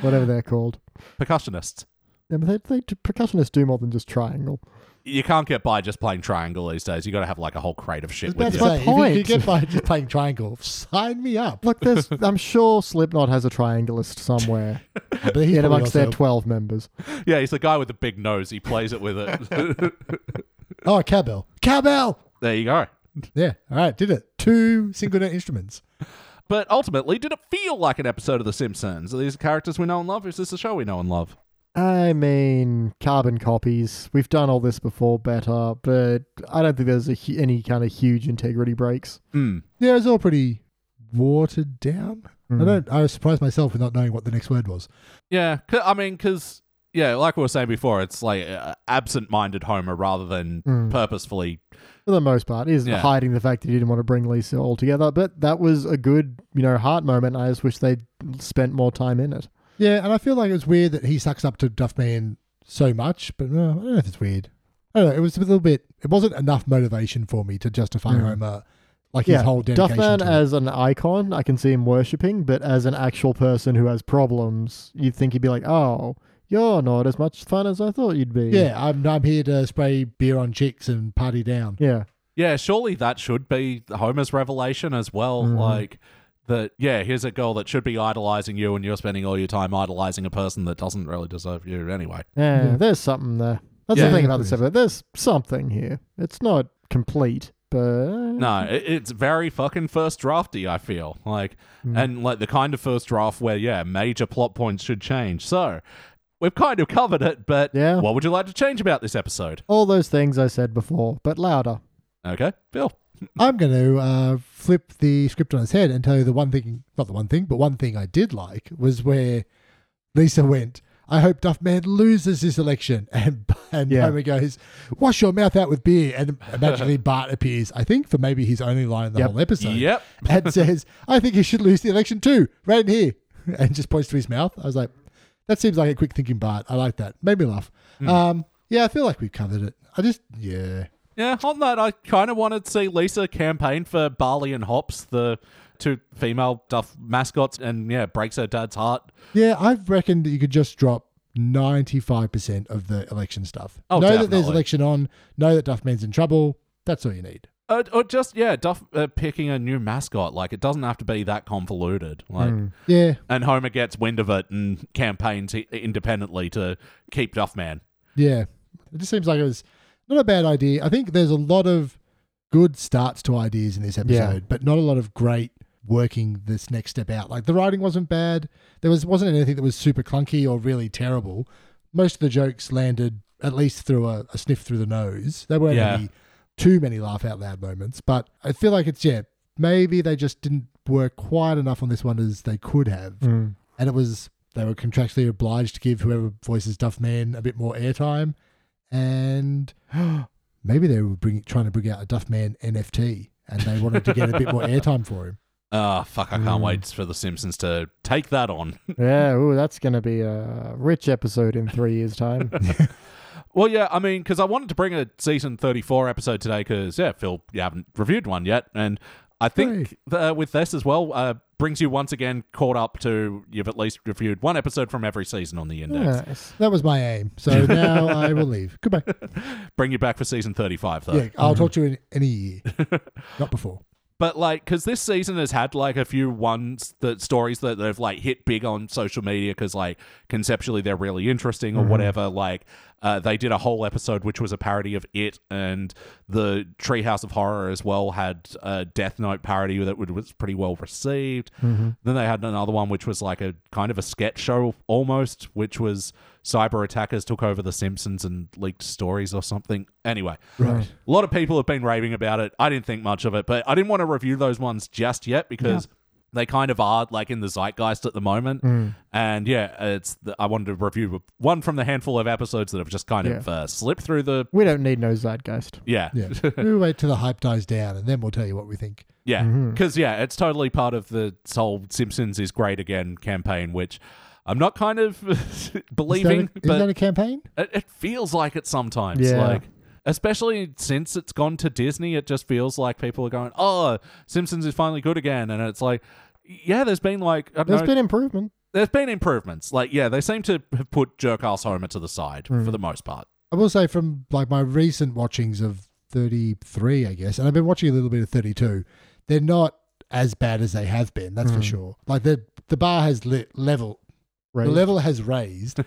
C: whatever they're called.
B: Percussionists,
C: Yeah, but they, they, percussionists do more than just triangle.
B: you can't get by just playing triangle these days. You got to have like a whole crate of shit
D: That's
B: with you.
C: my
D: my point. If you
C: point.
D: get by just playing triangle, sign me up.
C: Look, there's. I'm sure Slipknot has a triangulist somewhere
D: But he's
C: in
D: probably
C: amongst their
D: also-
C: 12 members.
B: Yeah, he's the guy with the big nose. He plays it with it.
D: Oh, cowbell. Cowbell!
B: there you go.
D: Yeah. All right. Did it. Two single note instruments.
B: But ultimately, did it feel like an episode of The Simpsons? Are these characters we know and love? Is this a show we know and love?
C: I mean, carbon copies. We've done all this before better, but I don't think there's a, hu- any kind of huge integrity breaks.
B: Hmm.
D: Yeah, it's all pretty watered down.
C: Hmm.
D: I don't. I was surprised myself with not knowing what the next word was.
B: Yeah, 'cause- I mean, because yeah, like we were saying before, it's like uh, absent-minded Homer rather than
C: Mm.
D: Hmm.
B: purposefully.
C: For the most part, is
B: Yeah.
C: hiding the fact that he didn't want to bring Lisa altogether. But that was a good, you know, heart moment. I just wish they'd spent more time in it.
D: Yeah, and I feel like it's weird that he sucks up to Duffman so much, but uh, I don't know if it's weird. I don't know. It was a little bit. It wasn't enough motivation for me to justify Homer, like his whole dedication.
C: Duffman
D: to it.
C: as an icon, I can see him worshipping, but as an actual person who has problems, you'd think he'd be like, oh, you're not as much fun as I thought you'd be.
D: yeah, I'm. I'm here to spray beer on chicks and party down.
C: Yeah.
B: Yeah, surely that should be Homer's revelation as well. Like that. Yeah, here's a girl that should be idolizing you, and you're spending all your time idolizing a person that doesn't really deserve you anyway.
C: Yeah, there's something there. That's
B: Yeah.
C: the thing about this episode. There's something here. It's not complete, but
B: No, it, it's very fucking first drafty. I feel like, and like the kind of first draft where yeah, major plot points should change. So. We've kind of covered it, but
C: Yeah.
B: what would you like to change about this episode?
C: all those things I said before, but louder.
B: Okay, Bill.
D: I'm going to uh, flip the script on its head and tell you the one thing, not the one thing, but one thing I did like was where Lisa went, I hope Duffman loses this election. And, and
C: Yeah.
D: Homer goes, wash your mouth out with beer. And magically Bart appears, I think for maybe his only line in the
C: Yep.
D: whole episode.
B: Yep.
D: And says, I think he should lose the election too, right in here. And just points to his mouth. I was like, that seems like a quick thinking Bart. I like that. Made me laugh.
C: Hmm.
D: Um, yeah, I feel like we've covered it. I just, yeah.
B: Yeah, on that, I kind of wanted to see Lisa campaign for Barley and Hops, the two female Duff mascots, and yeah, breaks her dad's heart.
D: Yeah, I reckon that you could just drop 95% of the election stuff.
B: Oh,
D: know that there's
B: definitely.
D: election on, know that Duffman's in trouble. That's all you need.
B: Uh, or just, yeah, Duff uh, picking a new mascot. Like, it doesn't have to be that convoluted.
C: Mm.
B: Like,
D: Yeah,
B: And Homer gets wind of it and campaigns i- independently to keep Duffman.
D: yeah. It just seems like it was not a bad idea. I think there's a lot of good starts to ideas in this episode,
C: Yeah.
D: but not a lot of great working this next step out. Like the writing wasn't bad. There was wasn't anything that was super clunky or really terrible. Most of the jokes landed at least through a, a sniff through the nose. There weren't
B: Yeah.
D: any too many laugh out loud moments, but I feel like it's yeah, maybe they just didn't work quite enough on this one as they could have.
C: mm.
D: And it was they were contractually obliged to give whoever voices Duffman a bit more airtime and maybe they were bring, trying to bring out a Duffman NFT and they wanted to get a bit more airtime for him.
B: Ah, fuck, I can't wait for The Simpsons to take that on.
C: Yeah, ooh, that's going to be a rich episode in three years' time.
B: Well, yeah, I mean, because I wanted to bring a season 34 episode today because, yeah, Phil, you haven't reviewed one yet. And I think uh, with this as well, uh, brings you once again caught up to you've at least reviewed one episode from every season on the index.
C: Nice.
D: That was my aim. So now I will leave. Goodbye.
B: Bring you back for season 35, though.
D: Yeah, I'll talk to you in any year, not before.
B: But, like, because this season has had, like, a few ones that stories that they've, like, hit big on social media because, like, conceptually they're really interesting or whatever. Like, uh, they did a whole episode which was a parody of It and the Treehouse of Horror as well had a Death Note parody that would- was pretty well received. Then they had another one which was like a kind of a sketch show almost, which was cyber attackers took over The Simpsons and leaked stories or something. Anyway, right. a lot of people have been raving about it. I didn't think much of it, but I didn't want to review those ones just yet because. They kind of are like in the zeitgeist at the moment,
D: Hmm.
B: and yeah, it's. The, I wanted to review one from the handful of episodes that have just kind of
C: Yeah.
B: uh, slipped through the
C: We don't need no zeitgeist.
B: yeah.
D: Yeah. we'll wait till the hype dies down and then we'll tell you what we think.
B: Yeah.
D: Mm-hmm.
B: Because, yeah, it's totally part of the whole Simpsons is great again campaign, which I'm not kind of
D: Is that a-
B: believing,
D: isn't that
B: but
D: a campaign?
B: it, it feels like it sometimes.
C: Yeah.
B: Like, especially since it's gone to Disney, it just feels like people are going, oh, Simpsons is finally good again. And it's like, yeah, there's been like, I don't
C: There's
B: know,
C: been improvement.
B: there's been improvements. Like, yeah, they seem to have put Jerkass Homer to the side
C: Hmm.
B: for the most part.
D: I will say from like my recent watchings of 33, I guess, and I've been watching a little bit of 32. They're not as bad as they have been, that's for sure. Like the the bar has lit level
C: Right.
D: The level has raised,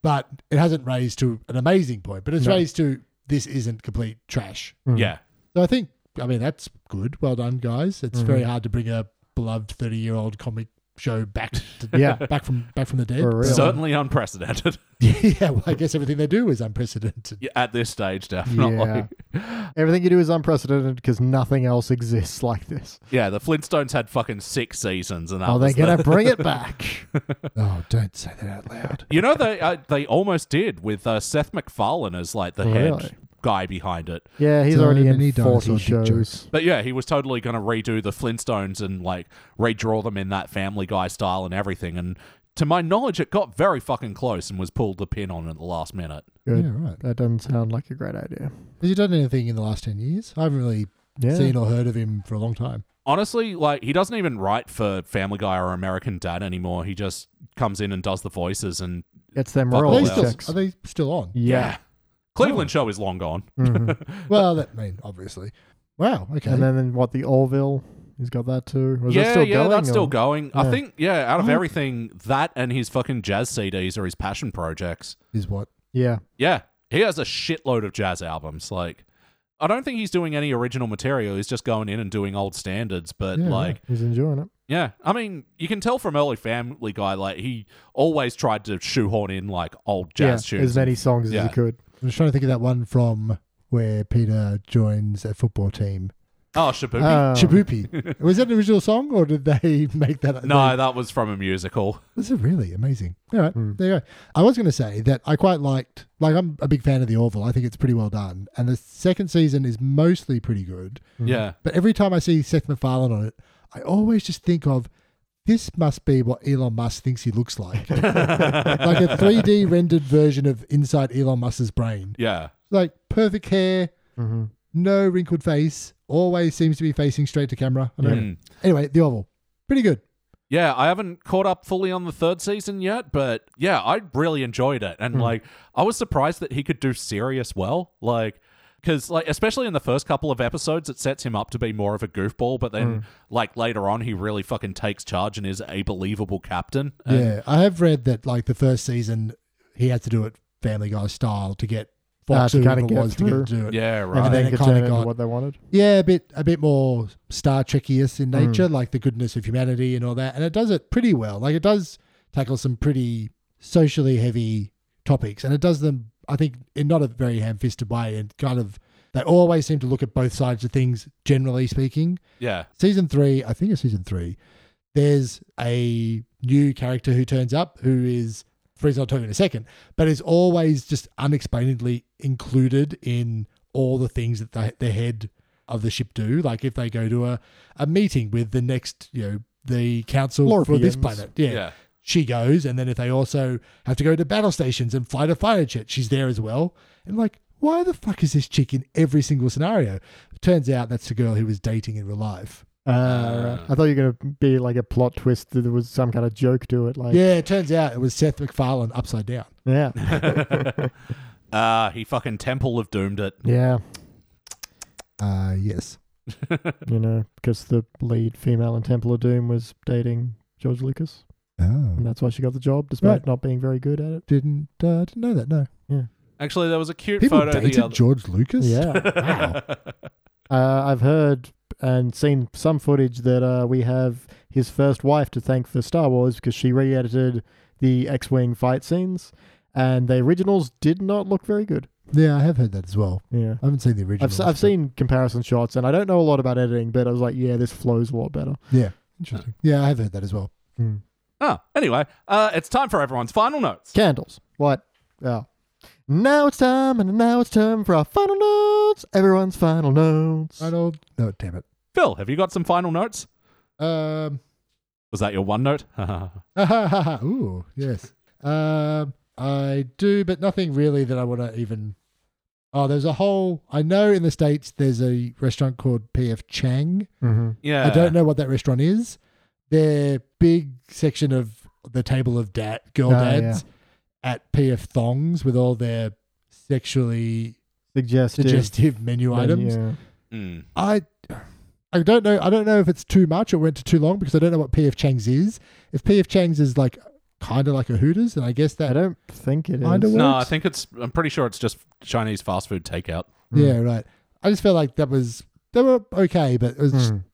D: but it hasn't raised to an amazing point, but it's
C: No.
D: raised to this isn't complete trash.
C: Mm.
B: Yeah.
D: Mm-hmm. So I think, I mean, that's good. Well done, guys. It's very hard to bring a beloved thirty year old comic show back to,
C: Yeah.
D: back from back from the dead.
C: For real.
D: So-
B: Certainly unprecedented
D: yeah, well, I guess everything they do is unprecedented.
B: Yeah, at this stage, definitely.
C: Everything you do is unprecedented because nothing else exists like this.
B: Yeah, the Flintstones had fucking six seasons, and that
C: Are Oh, they
B: was the-
C: going to bring it back?
D: Oh, don't say that out loud.
B: You know they uh, they almost did with uh, Seth MacFarlane as like the head
C: Really?
B: guy behind it.
C: Yeah, he's
D: So
C: already
D: many
C: in 40
D: dinosaur dick
C: shows.
D: jokes.
B: But yeah, he was totally going to redo the Flintstones and like redraw them in that Family Guy style and everything. And to my knowledge, it got very fucking close and was pulled the pin on at the last minute.
C: Good.
D: Yeah, right.
C: That doesn't sound like a great idea.
D: Has he done anything in the last ten years? I haven't really
C: Yeah.
D: seen or heard of him for a long time.
B: Honestly, like he doesn't even write for Family Guy or American Dad anymore. He just comes in and does the voices and
C: Gets them
B: Fuck
D: Are they
C: royalty
B: all
D: still,
C: Oh, checks.
D: are they still on?
C: Yeah.
B: Cleveland show is long gone.
C: Mhm.
D: Well, that I mean obviously. Wow. Okay.
C: And then what, the Orville? He's got that too. Was
B: yeah,
C: that still
B: yeah,
C: going?
B: that's still
C: or-
B: going. I
C: Yeah.
B: think, yeah, out of
D: Oh.
B: everything, that and his fucking jazz CDs are his passion projects.
D: is what?
C: Yeah.
B: Yeah, he has a shitload of jazz albums. Like, I don't think he's doing any original material. He's just going in and doing old standards. But
D: Yeah,
B: like,
D: right.
C: He's enjoying it.
B: yeah, I mean, you can tell from early Family Guy, like he always tried to shoehorn in like old jazz
C: yeah,
B: tunes.
C: as many songs as
B: Yeah.
C: he could.
D: I'm just trying to think of that one from where Peter joins a football team.
B: oh, Shaboopy.
C: Um,
D: Chibupi. was that an original song or did they make that?
B: no, that was from a musical.
D: This is really amazing. All right,
C: Hmm.
D: there you go. I was going to say that I quite liked, like, I'm a big fan of The Orville. I think it's pretty well done. And the second season is mostly pretty good.
B: Yeah.
D: But every time I see Seth MacFarlane on it, I always just think of this must be what Elon Musk thinks he looks like. like a 3D rendered version of inside Elon Musk's brain.
B: Yeah.
D: Like, perfect hair,
C: Mhm.
D: no wrinkled face, always seems to be facing straight to camera. I don't know.
B: Mm.
D: Anyway, The Orville. Pretty good.
B: Yeah, I haven't caught up fully on the third season yet, but yeah, I really enjoyed it.
D: Hmm.
B: And like, I was surprised that he could do serious well. Like, because like, especially in the first couple of episodes, it sets him up to be more of a goofball. But then,
D: Hmm.
B: like later on, he really fucking takes charge and is a believable captain.
C: Uh,
B: And-
D: Yeah, I have read that like the first season, he had to do it Family Guy style to get Fox
C: Ah, to
D: who
C: kinda
D: it
C: get
D: was to,
C: through.
D: get to do it.
B: yeah,
D: And
B: right.
D: then
C: They
D: it
C: could
D: kinda
C: turn it into
D: got-
C: what they wanted.
D: Yeah, a bit a bit more Star Trekiest in nature, like the goodness of humanity and all that. And it does it pretty well. Like it does tackle some pretty socially heavy topics, and it does them, I think, in not a very ham-fisted way. And kind of, they always seem to look at both sides of things, generally speaking.
B: yeah,
D: season three, I think it's season three, there's a new character who turns up who is, for reason I'll tell you in a second, but is always just unexplainedly included in all the things that the, the head of the ship do. Like if they go to a, a meeting with the next, you know, the council for this
C: Lorpians.
D: planet.
B: Yeah.
D: yeah. She goes, and then if they also have to go to battle stations and fly to fighter jet, she's there as well. And like, why the fuck is this chick in every single scenario? Turns out that's the girl he was dating in real life.
C: Uh, right. I thought you were going to be like a plot twist that there was some kind of joke to it. Like,
D: Yeah, it turns out it was Seth MacFarlane upside down.
C: yeah.
B: Ah, he fucking Temple of Doomed it.
C: Yeah,
D: Uh, yes.
C: you know, because the lead female in Temple of Doom was dating George Lucas,
D: Oh.
C: and that's why she got the job, despite
D: Right.
C: not being very good at it.
D: Didn't uh, didn't know that. No.
B: Actually, there was a cute
D: People
B: photo
D: dated
B: the other.
D: George Lucas.
C: Yeah,
D: Wow.
C: uh, I've heard and seen some footage that uh, we have his first wife to thank for Star Wars because she re-edited the X-wing fight scenes, and the originals did not look very good.
D: yeah, I have heard that as well.
C: Yeah.
D: I haven't seen the original.
C: I've, s- I've seen comparison shots and I don't know a lot about editing, but I was like, yeah, this flows a lot better.
D: Yeah. Interesting. Yeah, I have heard that as well.
B: Oh, anyway, uh, it's time for everyone's final notes.
C: Candles. What? Oh. Now it's time, and now it's time for our final notes. Everyone's final notes.
D: Arnold. No, damn it.
B: Phil, have you got some final notes?
D: Um.
B: Was that your one note?
D: Ooh. Yes. Um. I do, but nothing really that I want to even. Oh, there's a whole. I know in the states there's a restaurant called PF Chang.
C: Mm-hmm.
B: Yeah.
D: I don't know what that restaurant is. Their big section of the table of dad girl
C: Ah,
D: dads at PF Thongs with all their sexually
C: Suggestive.
D: suggestive menu
C: menu.
D: items.
B: Mm.
D: I I don't know I don't know if it's too much or went to too long because I don't know what PF Chang's is. If PF Chang's is like kind of like a Hooters, and I guess
C: I
D: that
C: don't think it is.
D: Kinda works.
B: No, I think it's. I'm pretty sure it's just Chinese fast food takeout.
C: Hmm.
D: yeah, right. I just felt like that was they were okay, but it was just,
C: Mm.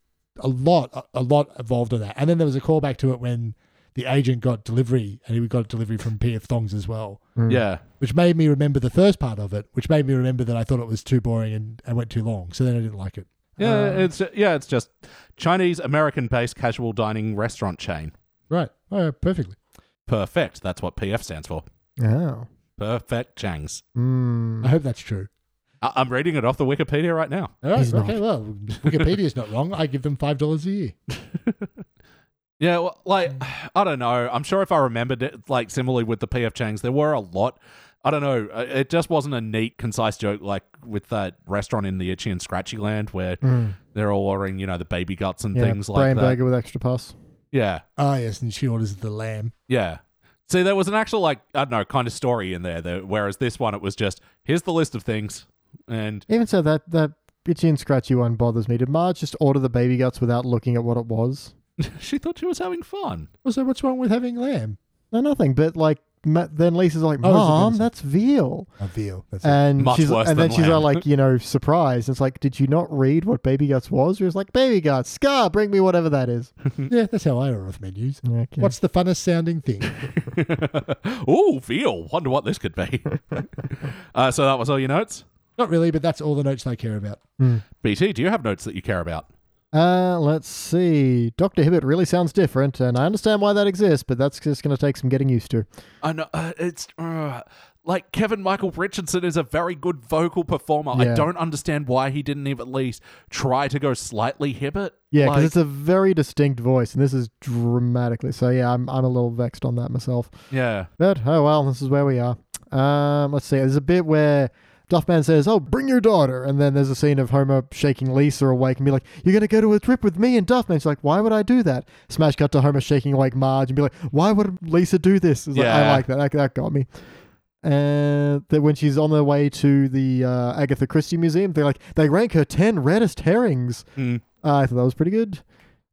D: a lot, a- a lot involved in that. And then there was a callback to it when the agent got delivery, and he got delivery from P.F. Thongs as well,
C: Mm-hmm.
B: Yeah.
D: which made me remember the first part of it, which made me remember that I thought it was too boring and, and went too long. So then I didn't like it.
B: Yeah,
D: Uh,
B: it's yeah, it's just Chinese American based casual dining restaurant chain.
D: Right. Oh, perfectly.
B: Perfect. That's what PF stands for.
C: Oh.
B: Perfect Changs.
C: Mm.
D: I hope that's true.
B: I- I'm reading it off the Wikipedia right now.
D: All right.
C: He's not.
D: okay. Well, Wikipedia's not wrong. I give them five dollars a year.
B: Yeah, well, like
C: Hmm.
B: I don't know. I'm sure if I remembered it, like similarly with the PF Changs, there were a lot. I don't know. uh, It just wasn't a neat, concise joke like with that restaurant in the Itchy and Scratchy Land where they're all ordering, you know, the baby guts and
C: Hmm. Yeah,
B: things like
C: Brain
B: that.
C: burger with extra pus.
B: Yeah,
D: Ah, yes, and she orders the lamb.
B: yeah. See, there was an actual like I don't know kind of story in there. That, whereas this one, it was just here's the list of things, and
C: Even so, that that itchy and scratchy one bothers me. Did Marge just order the baby guts without looking at what it was?
B: she thought she was having fun.
D: Also, what's wrong with having lamb?
C: No, nothing. But like, ma- then Lisa's like,
D: Oh, it's a
C: "Mom,
D: venison."
C: that's veal,"
D: A veal. That's it.
C: and
B: Much
C: she's
B: worse
C: and
B: than
C: then she's all
B: lamb.
C: like, you know, surprised. It's like, did you not read what baby guts was? She was like, "Baby guts, scar, bring me whatever that is."
D: yeah, that's how I order off menus.
C: Okay.
D: What's the funnest sounding thing?
B: Ooh, feel. Wonder what this could be. uh, so that was all your notes.
D: Not really, but that's all the notes I care about.
B: BT, do you have notes that you care about?
C: Uh, let's see. Doctor Hibbert really sounds different, and I understand why that exists, but that's just going to take some getting used to.
B: I know uh, it's uh, like Kevin Michael Richardson is a very good vocal performer. I
C: Yeah.
B: don't understand why he didn't even at least try to go slightly Hibbert.
C: Yeah, because
B: Like,
C: it's a very distinct voice, and this is dramatically so. Yeah, I'm I'm a little vexed on that myself.
B: yeah,
C: But oh well, this is where we are. Um, let's see. There's a bit where Duffman says, "Oh, bring your daughter," and then there's a scene of Homer shaking Lisa awake and be like, "You're gonna go to a trip with me and Duffman." She's like, "Why would I do that?" Smash cut to Homer shaking awake Marge and be like, "Why would Lisa do this?" It's like,
B: Yeah.
C: I like that. that. That got me. And that when she's on their way to the uh, Agatha Christie Museum, they're like, they rank her ten reddest herrings.
B: Mm.
C: Uh, I thought that was pretty good.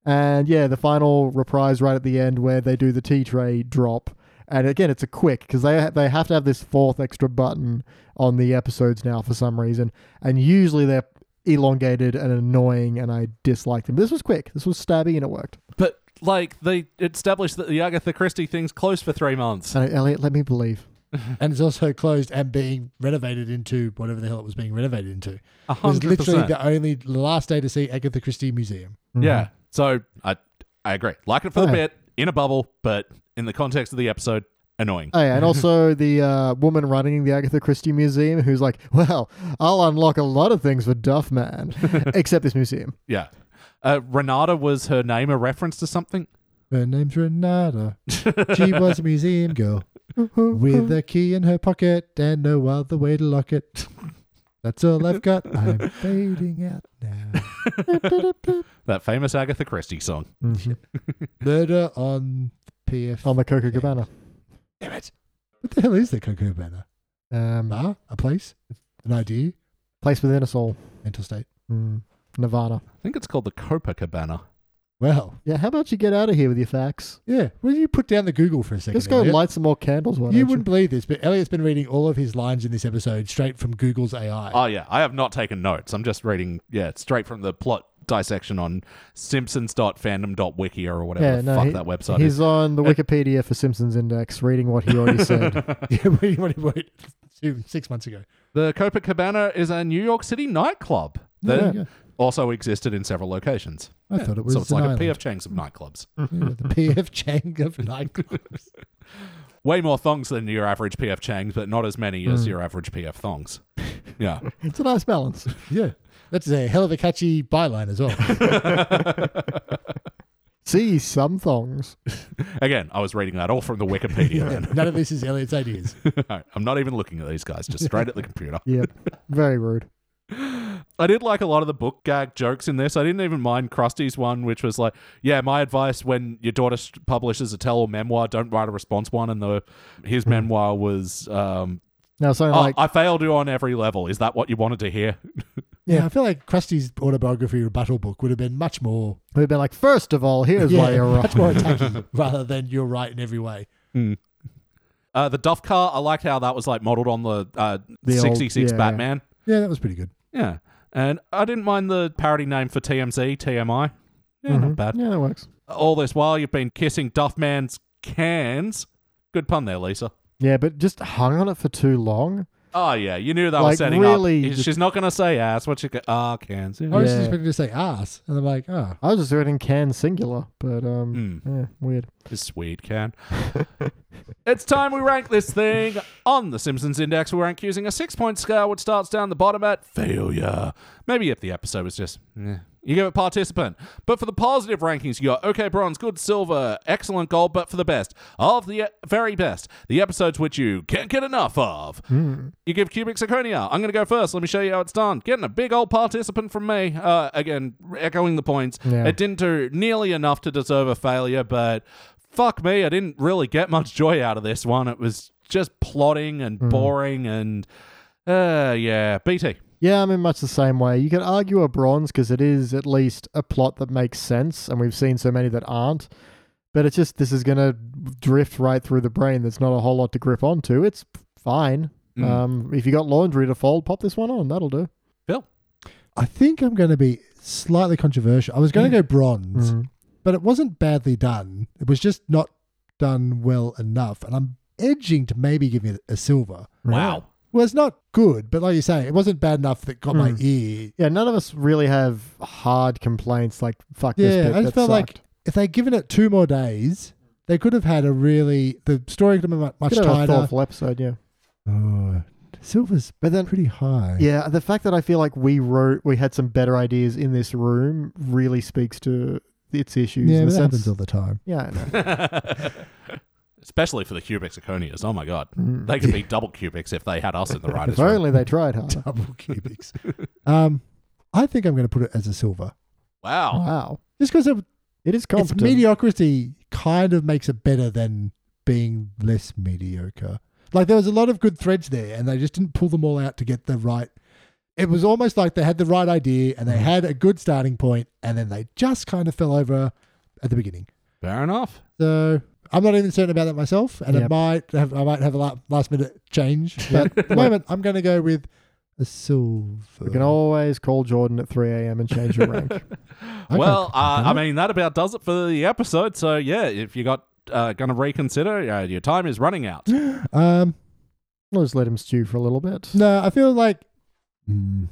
C: And yeah, the final reprise right at the end where they do the tea tray drop. And again, it's a quick because they they have to have this fourth extra button on the episodes now for some reason, and usually they're elongated and annoying, and I dislike them. This was quick. This was stabby, and it worked.
B: but like they established that the Agatha Christie thing's closed for three months.
C: So Elliot, let me believe.
D: And it's also closed and being renovated into whatever the hell it was being renovated into.
B: A
D: It was
B: hundred
D: literally
B: percent.
D: the only the last day to see Agatha Christie Museum.
C: Mm-hmm.
B: Yeah. So I I agree. Like it for the
C: Oh, yeah.
B: bit in a bubble, but in the context of the episode, annoying.
C: Oh, yeah, and also the uh, woman running the Agatha Christie Museum who's like, "Well, I'll unlock a lot of things for Duff Man, except this museum."
B: yeah. Uh, Renata was her name a reference to something?
D: Her name's Renata. she was a museum girl with a key in her pocket and no other way to lock it. That's all I've got. I'm fading out now.
B: That famous Agatha Christie song.
D: Murder on PF.
C: Mm-hmm. on the Coca Cabana.
D: Oh, Damn it. What the hell is the Cocoa Banner? A
C: Um,
D: bar? A place? An idea?
C: place within us all.
D: Mental state?
C: Mm, Nirvana.
B: I think it's called the Copacabana.
D: Well,
C: Yeah, how about you get out of here with your facts?
D: yeah. Will you put down the Google for a second?
C: Just go
D: Elliot?
C: light some more candles. Why
D: You
C: don't
D: wouldn't believe this, but Elliot's been reading all of his lines in this episode straight from Google's AI.
B: Oh yeah, I have not taken notes. I'm just reading, yeah, straight from the plot dissection on simpsons.fandom.wiki or whatever
C: Yeah,
B: the
C: no,
B: fuck
C: he-
B: that website
C: he's
B: is.
C: on the Wikipedia for Simpsons Index, reading what he already said.
D: yeah, what do you what do you- what do you- two, six months ago.
B: The Copacabana is a New York City nightclub that
D: Yeah.
B: also existed in several locations.
D: I thought it was
B: So it's
D: an
B: like
D: island.
B: a PF Chang's of nightclubs.
D: Yeah, the PF Chang of nightclubs.
B: Way more thongs than your average PF Chang's, but not as many
D: Hmm.
B: as your average PF thongs. Yeah.
C: it's a nice balance.
D: yeah. That's a hell of a catchy byline as well.
C: See some thongs.
B: Again, I was reading that all from the Wikipedia.
D: Yeah, none of this is Elliot's ideas.
B: I'm not even looking at these guys, just straight at the computer.
C: Yep, very rude.
B: I did like a lot of the book gag jokes in this. I didn't even mind Krusty's one, which was like, yeah, my advice when your daughter sh- publishes a tell all memoir, don't write a response one. And the his memoir was, um,
C: Now something
B: "Oh,
C: Hmm. like
B: I failed you on every level. Is that what you wanted to hear?
D: Yeah, I feel like Krusty's autobiography rebuttal book would have been much more,
C: we've been like, first of all, here's why
D: yeah,
C: you're wrong.
D: much more attacky rather than you're right in every way.
B: Uh, the Duff car, I liked how that was like modeled on the, uh,
C: The old-
B: 66
C: yeah.
B: Batman.
D: Yeah, that was pretty good.
B: Yeah. And I didn't mind the parody name for TMZ, TMI. Yeah,
C: Mm-hmm.
B: not bad.
C: Yeah, that works.
B: All this while you've been kissing Duffman's cans. Good pun there, Lisa.
C: Yeah, but just hung on it for too long.
B: Oh yeah, you knew that
C: Like,
B: was setting
C: really,
B: up.
C: just-
B: She's not gonna say ass. What she go? Ah, cans.
D: I
B: Yeah.
D: was
C: Yeah.
D: just expecting to say ass, and I'm like, oh,
C: I was just reading can singular, but um,
B: Mm.
C: yeah, weird.
B: This Swede can. it's time we rank this thing. On the Simpsons Index, we rank using a six point scale, which starts down the bottom at failure. Maybe if the episode was just, eh, you give it participant. But for the positive rankings, you got okay bronze, good silver, excellent gold, but for the best, of the e-, very best, the episodes which you can't get enough of. You give cubic zirconia. I'm going to go first. Let me show you how it's done. Getting a big old participant from me. Uh, again, echoing the points.
C: Yeah.
B: It didn't do nearly enough to deserve a failure, but fuck me, I didn't really get much joy out of this one. It was just plotting and
C: Mm-hmm.
B: boring and uh, yeah, BT.
C: Yeah, I'm in much the same way. You could argue a bronze because it is at least a plot that makes sense, and we've seen so many that aren't. But it's just this is going to drift right through the brain. There's not a whole lot to grip onto. It's fine.
B: Mm.
C: Um, if you got laundry to fold, pop this one on. That'll do.
B: Bill.
D: I think I'm going to be slightly controversial. I was going to go bronze, but it wasn't badly done. It was just not done well enough, and I'm edging to maybe give it a silver.
B: Wow.
D: Well, it's not good, but like you say, it wasn't bad enough that got my
C: Mm.
D: ear.
C: Yeah, none of us really have hard complaints like fuck
D: Yeah,
C: this bit.
D: I just
C: that
D: felt like
C: sucked."
D: if they'd given it two more days, they could have had a really the story could have been mu- much
C: Could have a
D: tighter.
C: thoughtful episode, yeah.
D: Oh, silver's but then pretty high.
C: Yeah, the fact that I feel like we wrote, we had some better ideas in this room really speaks to its issues.
D: yeah,
C: in
D: but
C: the
D: that
C: sense-
D: happens all the time.
C: yeah, I know.
B: Especially for the cubic zirconias. Oh my God. They could be double cubics if they had us in the writers'
C: if
B: room.
C: Mm. only they tried harder.
D: Double cubics. um, I think I'm going to put it as a silver,
B: Wow.
C: Wow,
D: just because it,
C: it is
D: its
C: competent.
D: mediocrity kind of makes it better than being less mediocre. Like there was a lot of good threads there, and they just didn't pull them all out to get the right. It was almost like they had the right idea and
C: Mm.
D: they had a good starting point, and then they just kind of fell over at the beginning.
B: Fair enough.
D: So I'm not even certain about that myself, and
C: Yep.
D: it might have I might have a la- last minute change. But at the moment, I'm going to go with a silver.
C: we can always call Jordan at 3 a.m. and change your rank.
D: I
B: well,
D: can't
B: uh, I
D: complain.
B: mean, that about does it for the episode. So, yeah, if you got uh, going to reconsider, uh, your time is running out.
D: um,
C: I'll just let him stew for a little bit.
D: no, I feel like mm,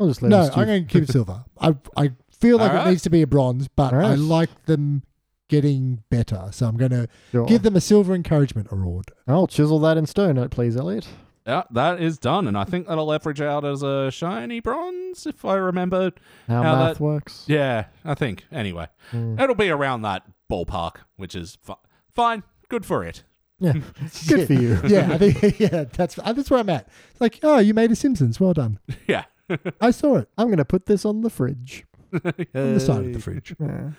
C: I'll just let
D: no,
C: him stew.
D: I'm going to keep silver. I I feel like
B: Alright.
D: it needs to be a bronze, but I
C: Alright.
D: like them getting better, so I'm going to
C: Sure.
D: give them a silver encouragement award.
C: I'll chisel that in stone, uh, please, Elliot.
B: Yeah, that is done, and I think that'll average out as a shiny bronze, if I remember.
C: How,
B: How
C: math
B: that-
C: works. Mm.
B: Yeah, I think. Anyway, it'll be around that ballpark, which is fi- fine. Good for it.
C: Yeah, good for you.
D: yeah, I think, yeah, that's uh, that's where I'm at. It's like, oh, you made a Simpsons. Well done.
B: Yeah.
D: I saw it
C: I'm going to put this on the fridge.
D: on the side of the fridge.
C: Yeah.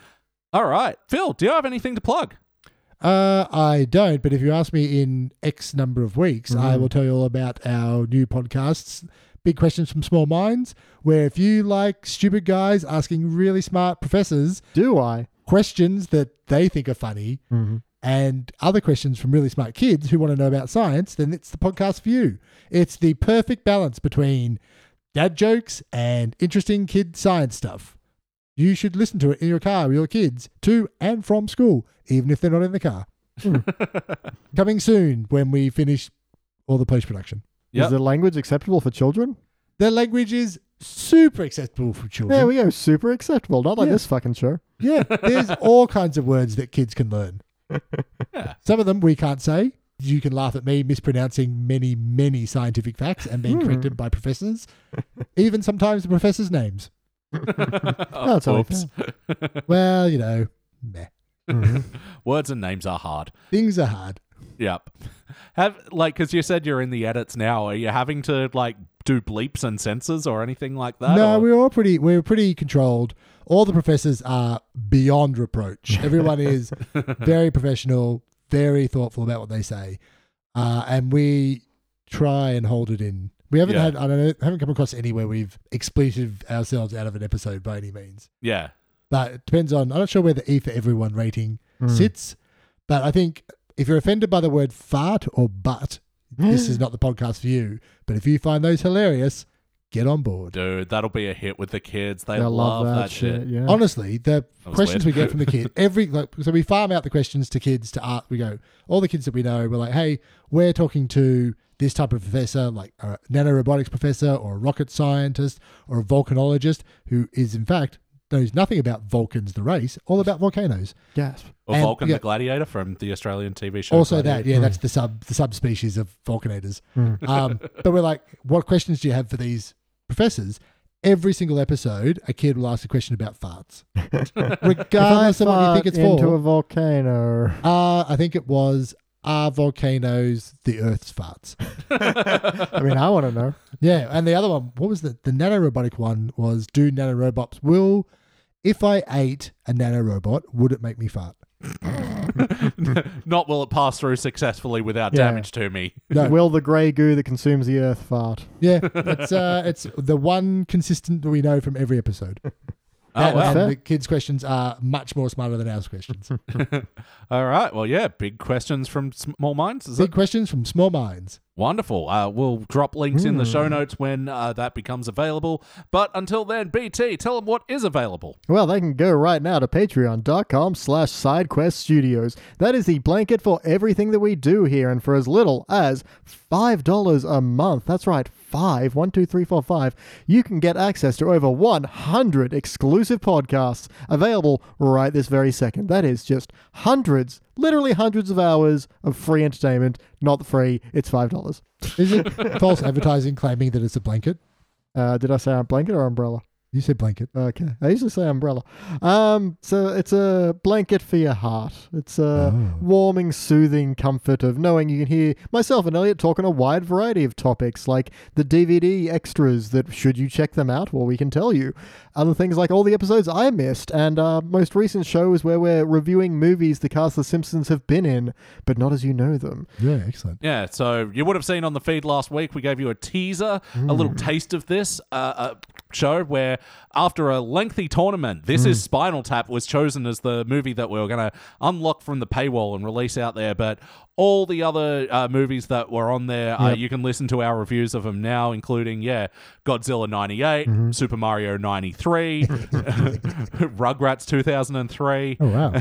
B: All right, Phil, do you have anything to plug?
D: Uh, I don't, but if you ask me in X number of weeks,
B: Mm.
D: I will tell you all about our new podcasts, Big Questions from Small Minds, where if you like stupid guys asking really smart professors
C: Do I?
D: questions that they think are funny
B: Mm-hmm.
D: and other questions from really smart kids who want to know about science, then it's the podcast for you. It's the perfect balance between dad jokes and interesting kid science stuff. You should listen to it in your car with your kids to and from school, even if they're not in the car. Coming soon when we finish all the post production.
B: Yep.
C: Is the language acceptable for children?
D: The language is super acceptable for children.
C: There we go. Super acceptable. Not like
D: Yeah.
C: this fucking show.
D: Yeah, there's all kinds of words that kids can learn. Some of them we can't say. You can laugh at me mispronouncing many, many scientific facts and being corrected by professors, even sometimes the professors' names.
C: No, it's
B: Oh,
C: only
B: Oops.
D: Well, you know, meh.
B: Words and names are hard.
D: things are hard.
B: Yep. Have like because you said you're in the edits now. Are you having to like do bleeps and censors or anything like that?
D: No,
B: or-
D: we we're all pretty. We we're pretty controlled. All the professors are beyond reproach. Everyone is very professional, very thoughtful about what they say, uh, and we try and hold it in. We haven't
B: Yeah.
D: had. I don't know, haven't come across anywhere we've expletive ourselves out of an episode by any means.
B: yeah.
D: But it depends on. I'm not sure where the E for everyone rating
B: Hmm.
C: Mm.
D: sits, but I think if you're offended by the word fart or butt, this is not the podcast for you. But if you find those hilarious, get on board.
B: Dude, that'll be a hit with the kids. They
C: They'll
B: love, that, shit.
C: Yeah.
D: Honestly, the
B: was
D: questions
B: weird.
D: we get from the kids, every like, so we farm out the questions to kids to art. We go, all the kids that we know, we're like, hey, we're talking to this type of professor, like a nanorobotics professor or a rocket scientist or a volcanologist who is, in fact, knows nothing about Vulcans, the race, all about volcanoes.
C: Gasp.
B: Or
D: And-
B: Vulcan
D: yeah.
B: the Gladiator from the Australian TV show.
D: also that
B: Gladiator.
D: yeah that's the sub the subspecies of volcanators
B: Mm.
D: um, but we're like what questions do you have for these professors every single episode a kid will ask a question about farts regardless of what you think it's
C: Fart into a
D: for
C: volcano.
D: uh, i think it was are volcanoes the earth's farts
C: I mean, I want to know.
D: yeah and the other one what was the the nanorobotic one was do nanorobots will if i ate a nanorobot would it make me fart
B: Not will it pass through successfully without
C: Yeah.
B: damage to me.
D: No.
C: Will the grey goo that consumes the earth fart?
D: yeah it's uh it's the one consistent that we know from every episode
B: Oh,
D: and,
B: wow.
D: and
C: Fair.
D: the kids' questions are much more smarter than ours questions.
B: All right. Well, yeah, big questions from small minds. Is it?
D: Big questions from small minds.
B: Wonderful. Uh, we'll drop links in the show notes when uh, that becomes available. But until then, BT, tell them what is available.
C: Well, they can go right now to patreon.com slash sidequest studios. That is the blanket for everything that we do here, and for as little as $5 a month, that's right, five, one, two, three, four, five, you can get access to over 100 exclusive podcasts available right this very second. That is just hundreds, literally hundreds of hours of free entertainment. Not free, it's $5.
D: Is it false advertising claiming that it's a blanket?
C: Uh, did I say on blanket or umbrella?
D: You said blanket.
C: Okay. I usually say umbrella. Um, so it's a blanket for your heart. It's a
D: Oh.
C: warming, soothing comfort of knowing you can hear myself and Elliot talk on a wide variety of topics, like the DVD extras that, should you check them out, well, we can tell you. Other things like all the episodes I missed, and our most recent show is where we're reviewing movies the cast of The Simpsons have been in, but not as you know them.
D: Yeah, excellent.
B: Yeah, so you would have seen on the feed last week, we gave you a teaser, a little taste of this uh, a show where, after a lengthy tournament, This Is Spinal Tap was chosen as the movie that we were going to unlock from the paywall and release out there. But all the other uh, movies that were on there, uh, you can listen to our reviews of them now, including, yeah, Godzilla 98, Super Mario 93, Rugrats 2003.
D: Oh, wow.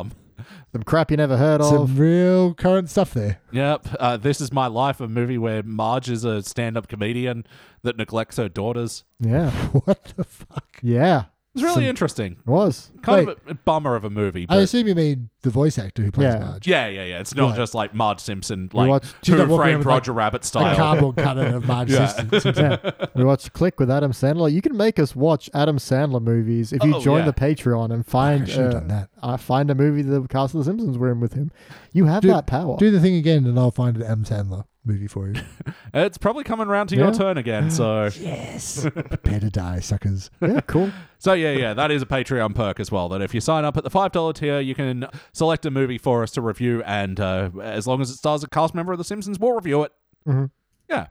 B: Um,
C: Some crap you never heard
D: Some
C: of.
D: real current stuff there.
B: Yep. Uh, this is my life, a movie where Marge is a stand up comedian that neglects her daughters.
C: Yeah.
D: What the fuck?
C: Yeah.
B: It's really interesting.
C: It was.
B: Kind
D: Wait.
B: of a, a bummer of a movie.
D: I
B: But
D: assume you mean the voice actor who plays
C: Yeah.
D: Marge.
B: yeah, yeah, yeah. It's not
D: Right.
B: just like Marge Simpson, like
C: watched-
B: who
D: She's not walking around
B: framed
D: with, like,
B: Roger Rabbit
D: A
B: style.
D: cardboard cutout of Marge
B: Yeah.
D: Simpson.
C: yeah. We watched Click with Adam Sandler. You can make us watch Adam Sandler movies if you
B: Oh,
C: join
B: yeah.
C: the Patreon and find
D: should've
C: uh,
D: done that.
C: uh, find a movie that the cast of The Simpsons were in with him. You have
D: Do-
C: that power.
D: Do the thing again, and I'll find an M. Sandler movie for you.
B: It's probably coming round to your
C: Yeah.
B: turn again.
D: Oh,
B: So,
D: Yes. Prepare to die, suckers.
C: yeah, cool.
B: so yeah, yeah. That is a Patreon perk as well. That if you sign up at the five dollar tier, you can select a movie for us to review, and uh, as long as it stars a cast member of The Simpsons, we'll review it.
D: Mm-hmm.
C: Mhm.
B: Yeah.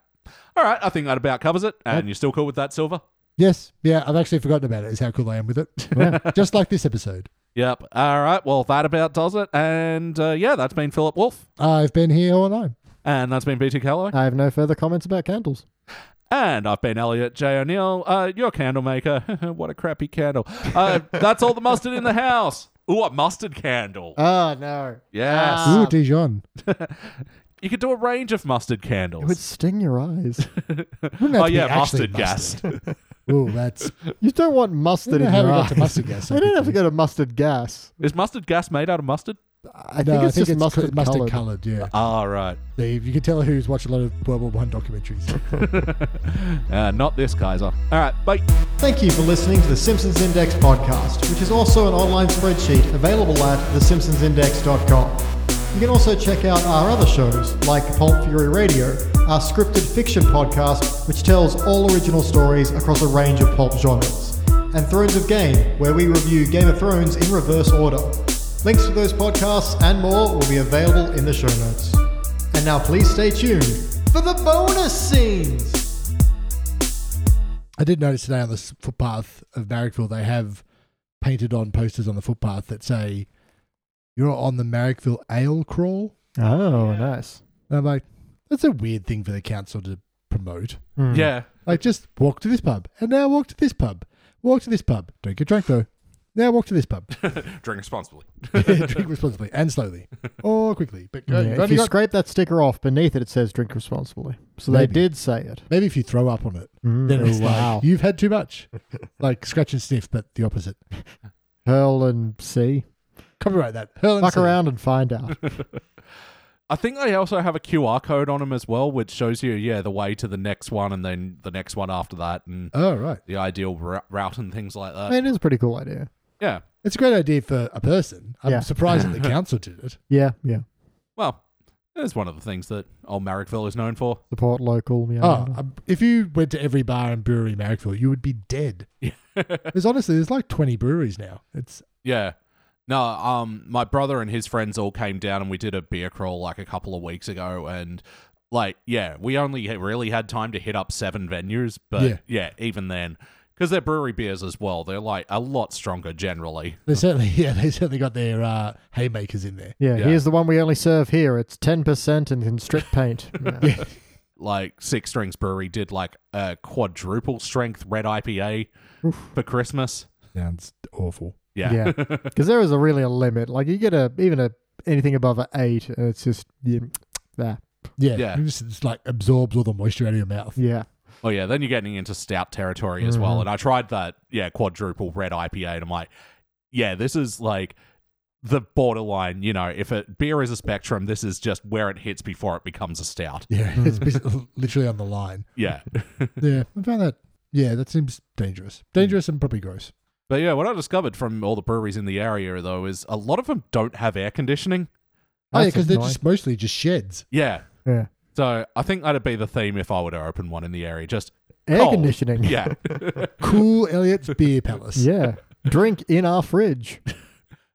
B: All right. I think that about covers it. And you're still cool with that, Silver?
D: Yes. Yeah, I've actually forgotten about it, is how cool I am with it. Just like this episode.
B: Yep. All right. Well, that about does it. And uh, yeah, that's been Philip Wolf.
D: I've been here all night.
B: And that's been BT Calloway.
C: I have no further comments about candles.
B: And I've been Elliot J. O'Neill, uh, your candle maker. what a crappy candle. Uh, that's all the mustard in the house. Ooh, a mustard candle.
D: Ah,
C: Oh, no.
B: yes.
C: Ah.
D: Ooh, Dijon.
B: You could do a range of mustard candles.
C: It would sting your eyes.
D: Wouldn't have
B: oh,
D: to be
B: yeah,
D: actually
B: mustard, gas.
D: Ooh, that's
C: you don't want mustard
D: I don't know
C: in
D: how we
C: your
D: got
C: eyes.
D: to mustard gas.
C: They don't have to go to mustard gas.
B: is mustard gas made out of mustard?
C: I think it's just mustard,
D: mustard
C: colored.
D: coloured. Yeah,
B: All right.
D: So you you can tell who's watched a lot of World War One documentaries.
B: Uh, not this, Kaiser. All right. Bye.
C: Thank you for listening to the Simpsons Index podcast, which is also an online spreadsheet available at thesimpsonsindex.com. You can also check out our other shows, like Pulp Fury Radio, our scripted fiction podcast, which tells all original stories across a range of pulp genres, and Thrones of Game, where we review Game of Thrones in reverse order. Links to those podcasts and more will be available in the show notes. And now please stay tuned for the bonus scenes!
D: I did notice today on the s- footpath of Marrickville they have painted on posters on the footpath that say, "You're on the Marrickville Ale Crawl."
C: Oh, nice.
D: And I'm like, that's a weird thing for the council to promote.
B: Yeah.
D: Like just walk to this pub and now walk to this pub. Walk to this pub. Don't get drunk though. Now walk to this pub.
B: Drink responsibly.
D: Drink responsibly and slowly or quickly. But go,
C: Yeah,
D: you've
C: if
D: only
C: you
D: got-
C: scrape that sticker off, beneath it it says "drink responsibly." So
D: Maybe.
C: they did say it.
D: maybe if you throw up on it,
C: Mm,
D: then it's
C: oh,
D: like
C: wow.
D: you've had too much. like scratch and sniff, but the opposite.
C: Hurl and see,
D: Copyright that. Hurl and
C: fuck
D: send.
C: around and find out.
B: I think they also have a QR code on them as well, which shows you, yeah, the way to the next one and then the next one after that and
D: Oh right.
B: the ideal ru- route and things like
C: I
B: that.
C: mean, it is a pretty cool idea.
B: Yeah.
D: It's a great idea for a person. I'm
C: Yeah.
D: surprised that the council did it.
C: Yeah, yeah.
B: Well, that's one of the things that old Marrickville is known for.
C: Support local. Yeah.
D: Oh, um, if you went to every bar and brewery in Marrickville, you would be dead. There's honestly, there's like 20 breweries now. It's
B: Yeah. No, um, my brother and his friends all came down and we did a beer crawl like a couple of weeks ago, and like, yeah, we only ha- really had time to hit up seven venues, but yeah,
D: Yeah.
B: even then, because they're brewery beers as well, they're like a lot stronger generally.
D: they certainly yeah they certainly got their uh, haymakers in there.
C: yeah,
B: yeah.
C: Here's the one we only serve here. It's ten percent and in strict paint. Yeah.
B: Like Six Strings Brewery did like a quadruple strength red IPA for Christmas.
D: Sounds awful.
B: Yeah,
C: Yeah, because there is a really a limit. Like you get a even a anything above an eight, and it's just ah, yeah, that.
D: Yeah,
B: Yeah.
D: It just, it's like absorbs all the moisture out of your mouth.
C: Yeah,
B: Oh yeah, then you're getting into stout territory as well. And I tried that, yeah, quadruple red IPA, and I'm like, yeah, this is like the borderline. You know, if a beer is a spectrum, this is just where it hits before it becomes a stout.
D: Yeah, it's basically literally on the line.
B: Yeah,
D: Yeah, I found that. Yeah, that seems dangerous. Dangerous and probably gross.
B: but yeah, what I discovered from all the breweries in the area though is a lot of them don't have air conditioning.
D: Oh yeah,
C: That's
D: because they're
C: annoying.
D: just mostly just sheds.
B: Yeah,
C: yeah.
B: so I think that'd be the theme if I were to open one in the area. Just
C: Air
B: cold.
C: conditioning.
B: Yeah,
D: Cool Elliot's Beer Palace.
C: yeah. Drink in our fridge.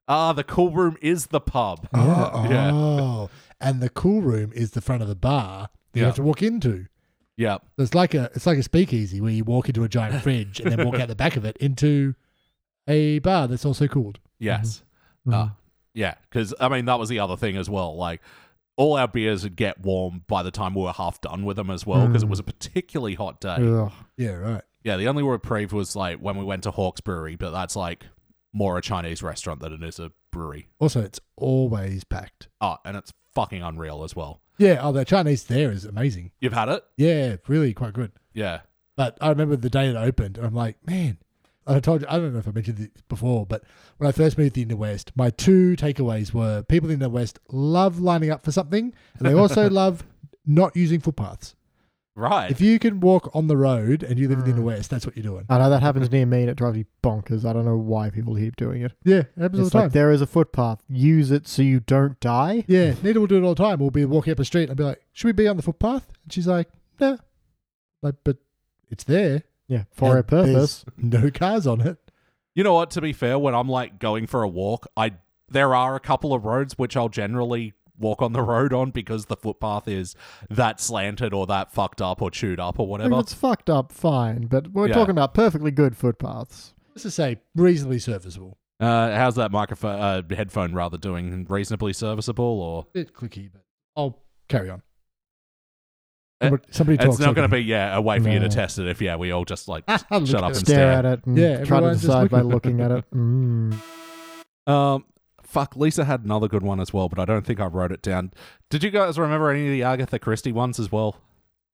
B: ah, the cool room is the pub.
D: Oh,
B: Yeah.
D: oh. and the cool room is the front of the bar that you
B: Yeah.
D: have to walk into.
B: Yeah,
D: So it's like a it's like a speakeasy where you walk into a giant fridge and then walk out the back of it into a bar that's also cooled. Mm-hmm.
B: yes. Uh,
D: Ah,
B: yeah, because I mean that was the other thing as well. Like all our beers would get warm by the time we were half done with them as well, because it was a particularly hot day.
C: Ugh.
D: Mm. Yeah, right.
B: Yeah, the only reprieve was like when we went to Hawkes Brewery, but that's like more a Chinese restaurant than it is a brewery.
D: Also, it's always packed.
B: Oh, and it's fucking unreal as well.
D: Yeah. Oh, the Chinese there is amazing.
B: You've had it,
D: Yeah, really quite good.
B: yeah,
D: But I remember the day it opened, and I'm like, man, I told you, I don't know if I mentioned this before, but when I first moved to the Inner West, my two takeaways were people in the West love lining up for something, and they also love not using footpaths.
B: right?
D: If you can walk on the road and you live in the
C: Mm.
D: Inner West, that's what you're doing.
C: I know that happens near me and it drives me bonkers. I don't know why people keep doing it.
D: Yeah, it happens all
C: It's
D: the time.
C: like there is a footpath. Use it so you don't die.
D: yeah, Nita will do it all the time. We'll be walking up a street, and I'll be like, should we be on the footpath? And she's like, no. Like, but it's there.
C: Yeah, for a
D: and
C: purpose.
D: there's No cars on it.
B: You know what? To be fair, when I'm like going for a walk, I there are a couple of roads which I'll generally walk on the road on because the footpath is that slanted or that fucked up or chewed up or
C: Like, If
B: whatever.
C: it's fucked up, fine. But we're
B: Yeah.
C: talking about perfectly good footpaths.
D: Let's just say reasonably serviceable.
B: Uh, how's that microphone, uh, headphone rather doing? Reasonably serviceable, or
D: bit clicky, but I'll carry on.
B: Uh,
D: Somebody- Somebody talks.
B: it's not going
D: to
B: to be yeah a way for you to
C: No.
B: test it if yeah we all just like
D: Ah, look
B: shut up and
D: at it.
B: stare.
C: Stare at it and
D: Yeah,
C: try to
D: everyone just
C: decide
D: look-
C: by looking at it. Mm.
B: Um, fuck, Lisa had another good one as well, but I don't think I wrote it down. Did you guys remember any of the Agatha Christie ones as well?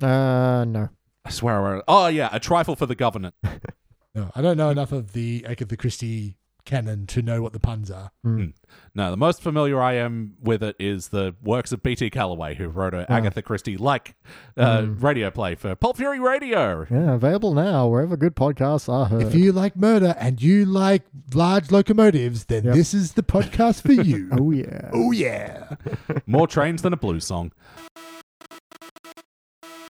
C: Uh, no.
B: I swear I wrote. Oh yeah, a trifle for the governor.
D: No, I don't know enough of the Agatha Christie canon to know what the puns are.
B: No, the most familiar I am with it is the works of B.T. Calloway, who wrote a Agatha Christie like uh, radio play for Pulp Fury Radio.
C: Yeah, available now wherever good podcasts are heard.
D: If you like murder and you like large locomotives, then
C: Yep.
D: this is the podcast for you.
C: oh yeah.
D: oh yeah.
B: More trains than a blues song.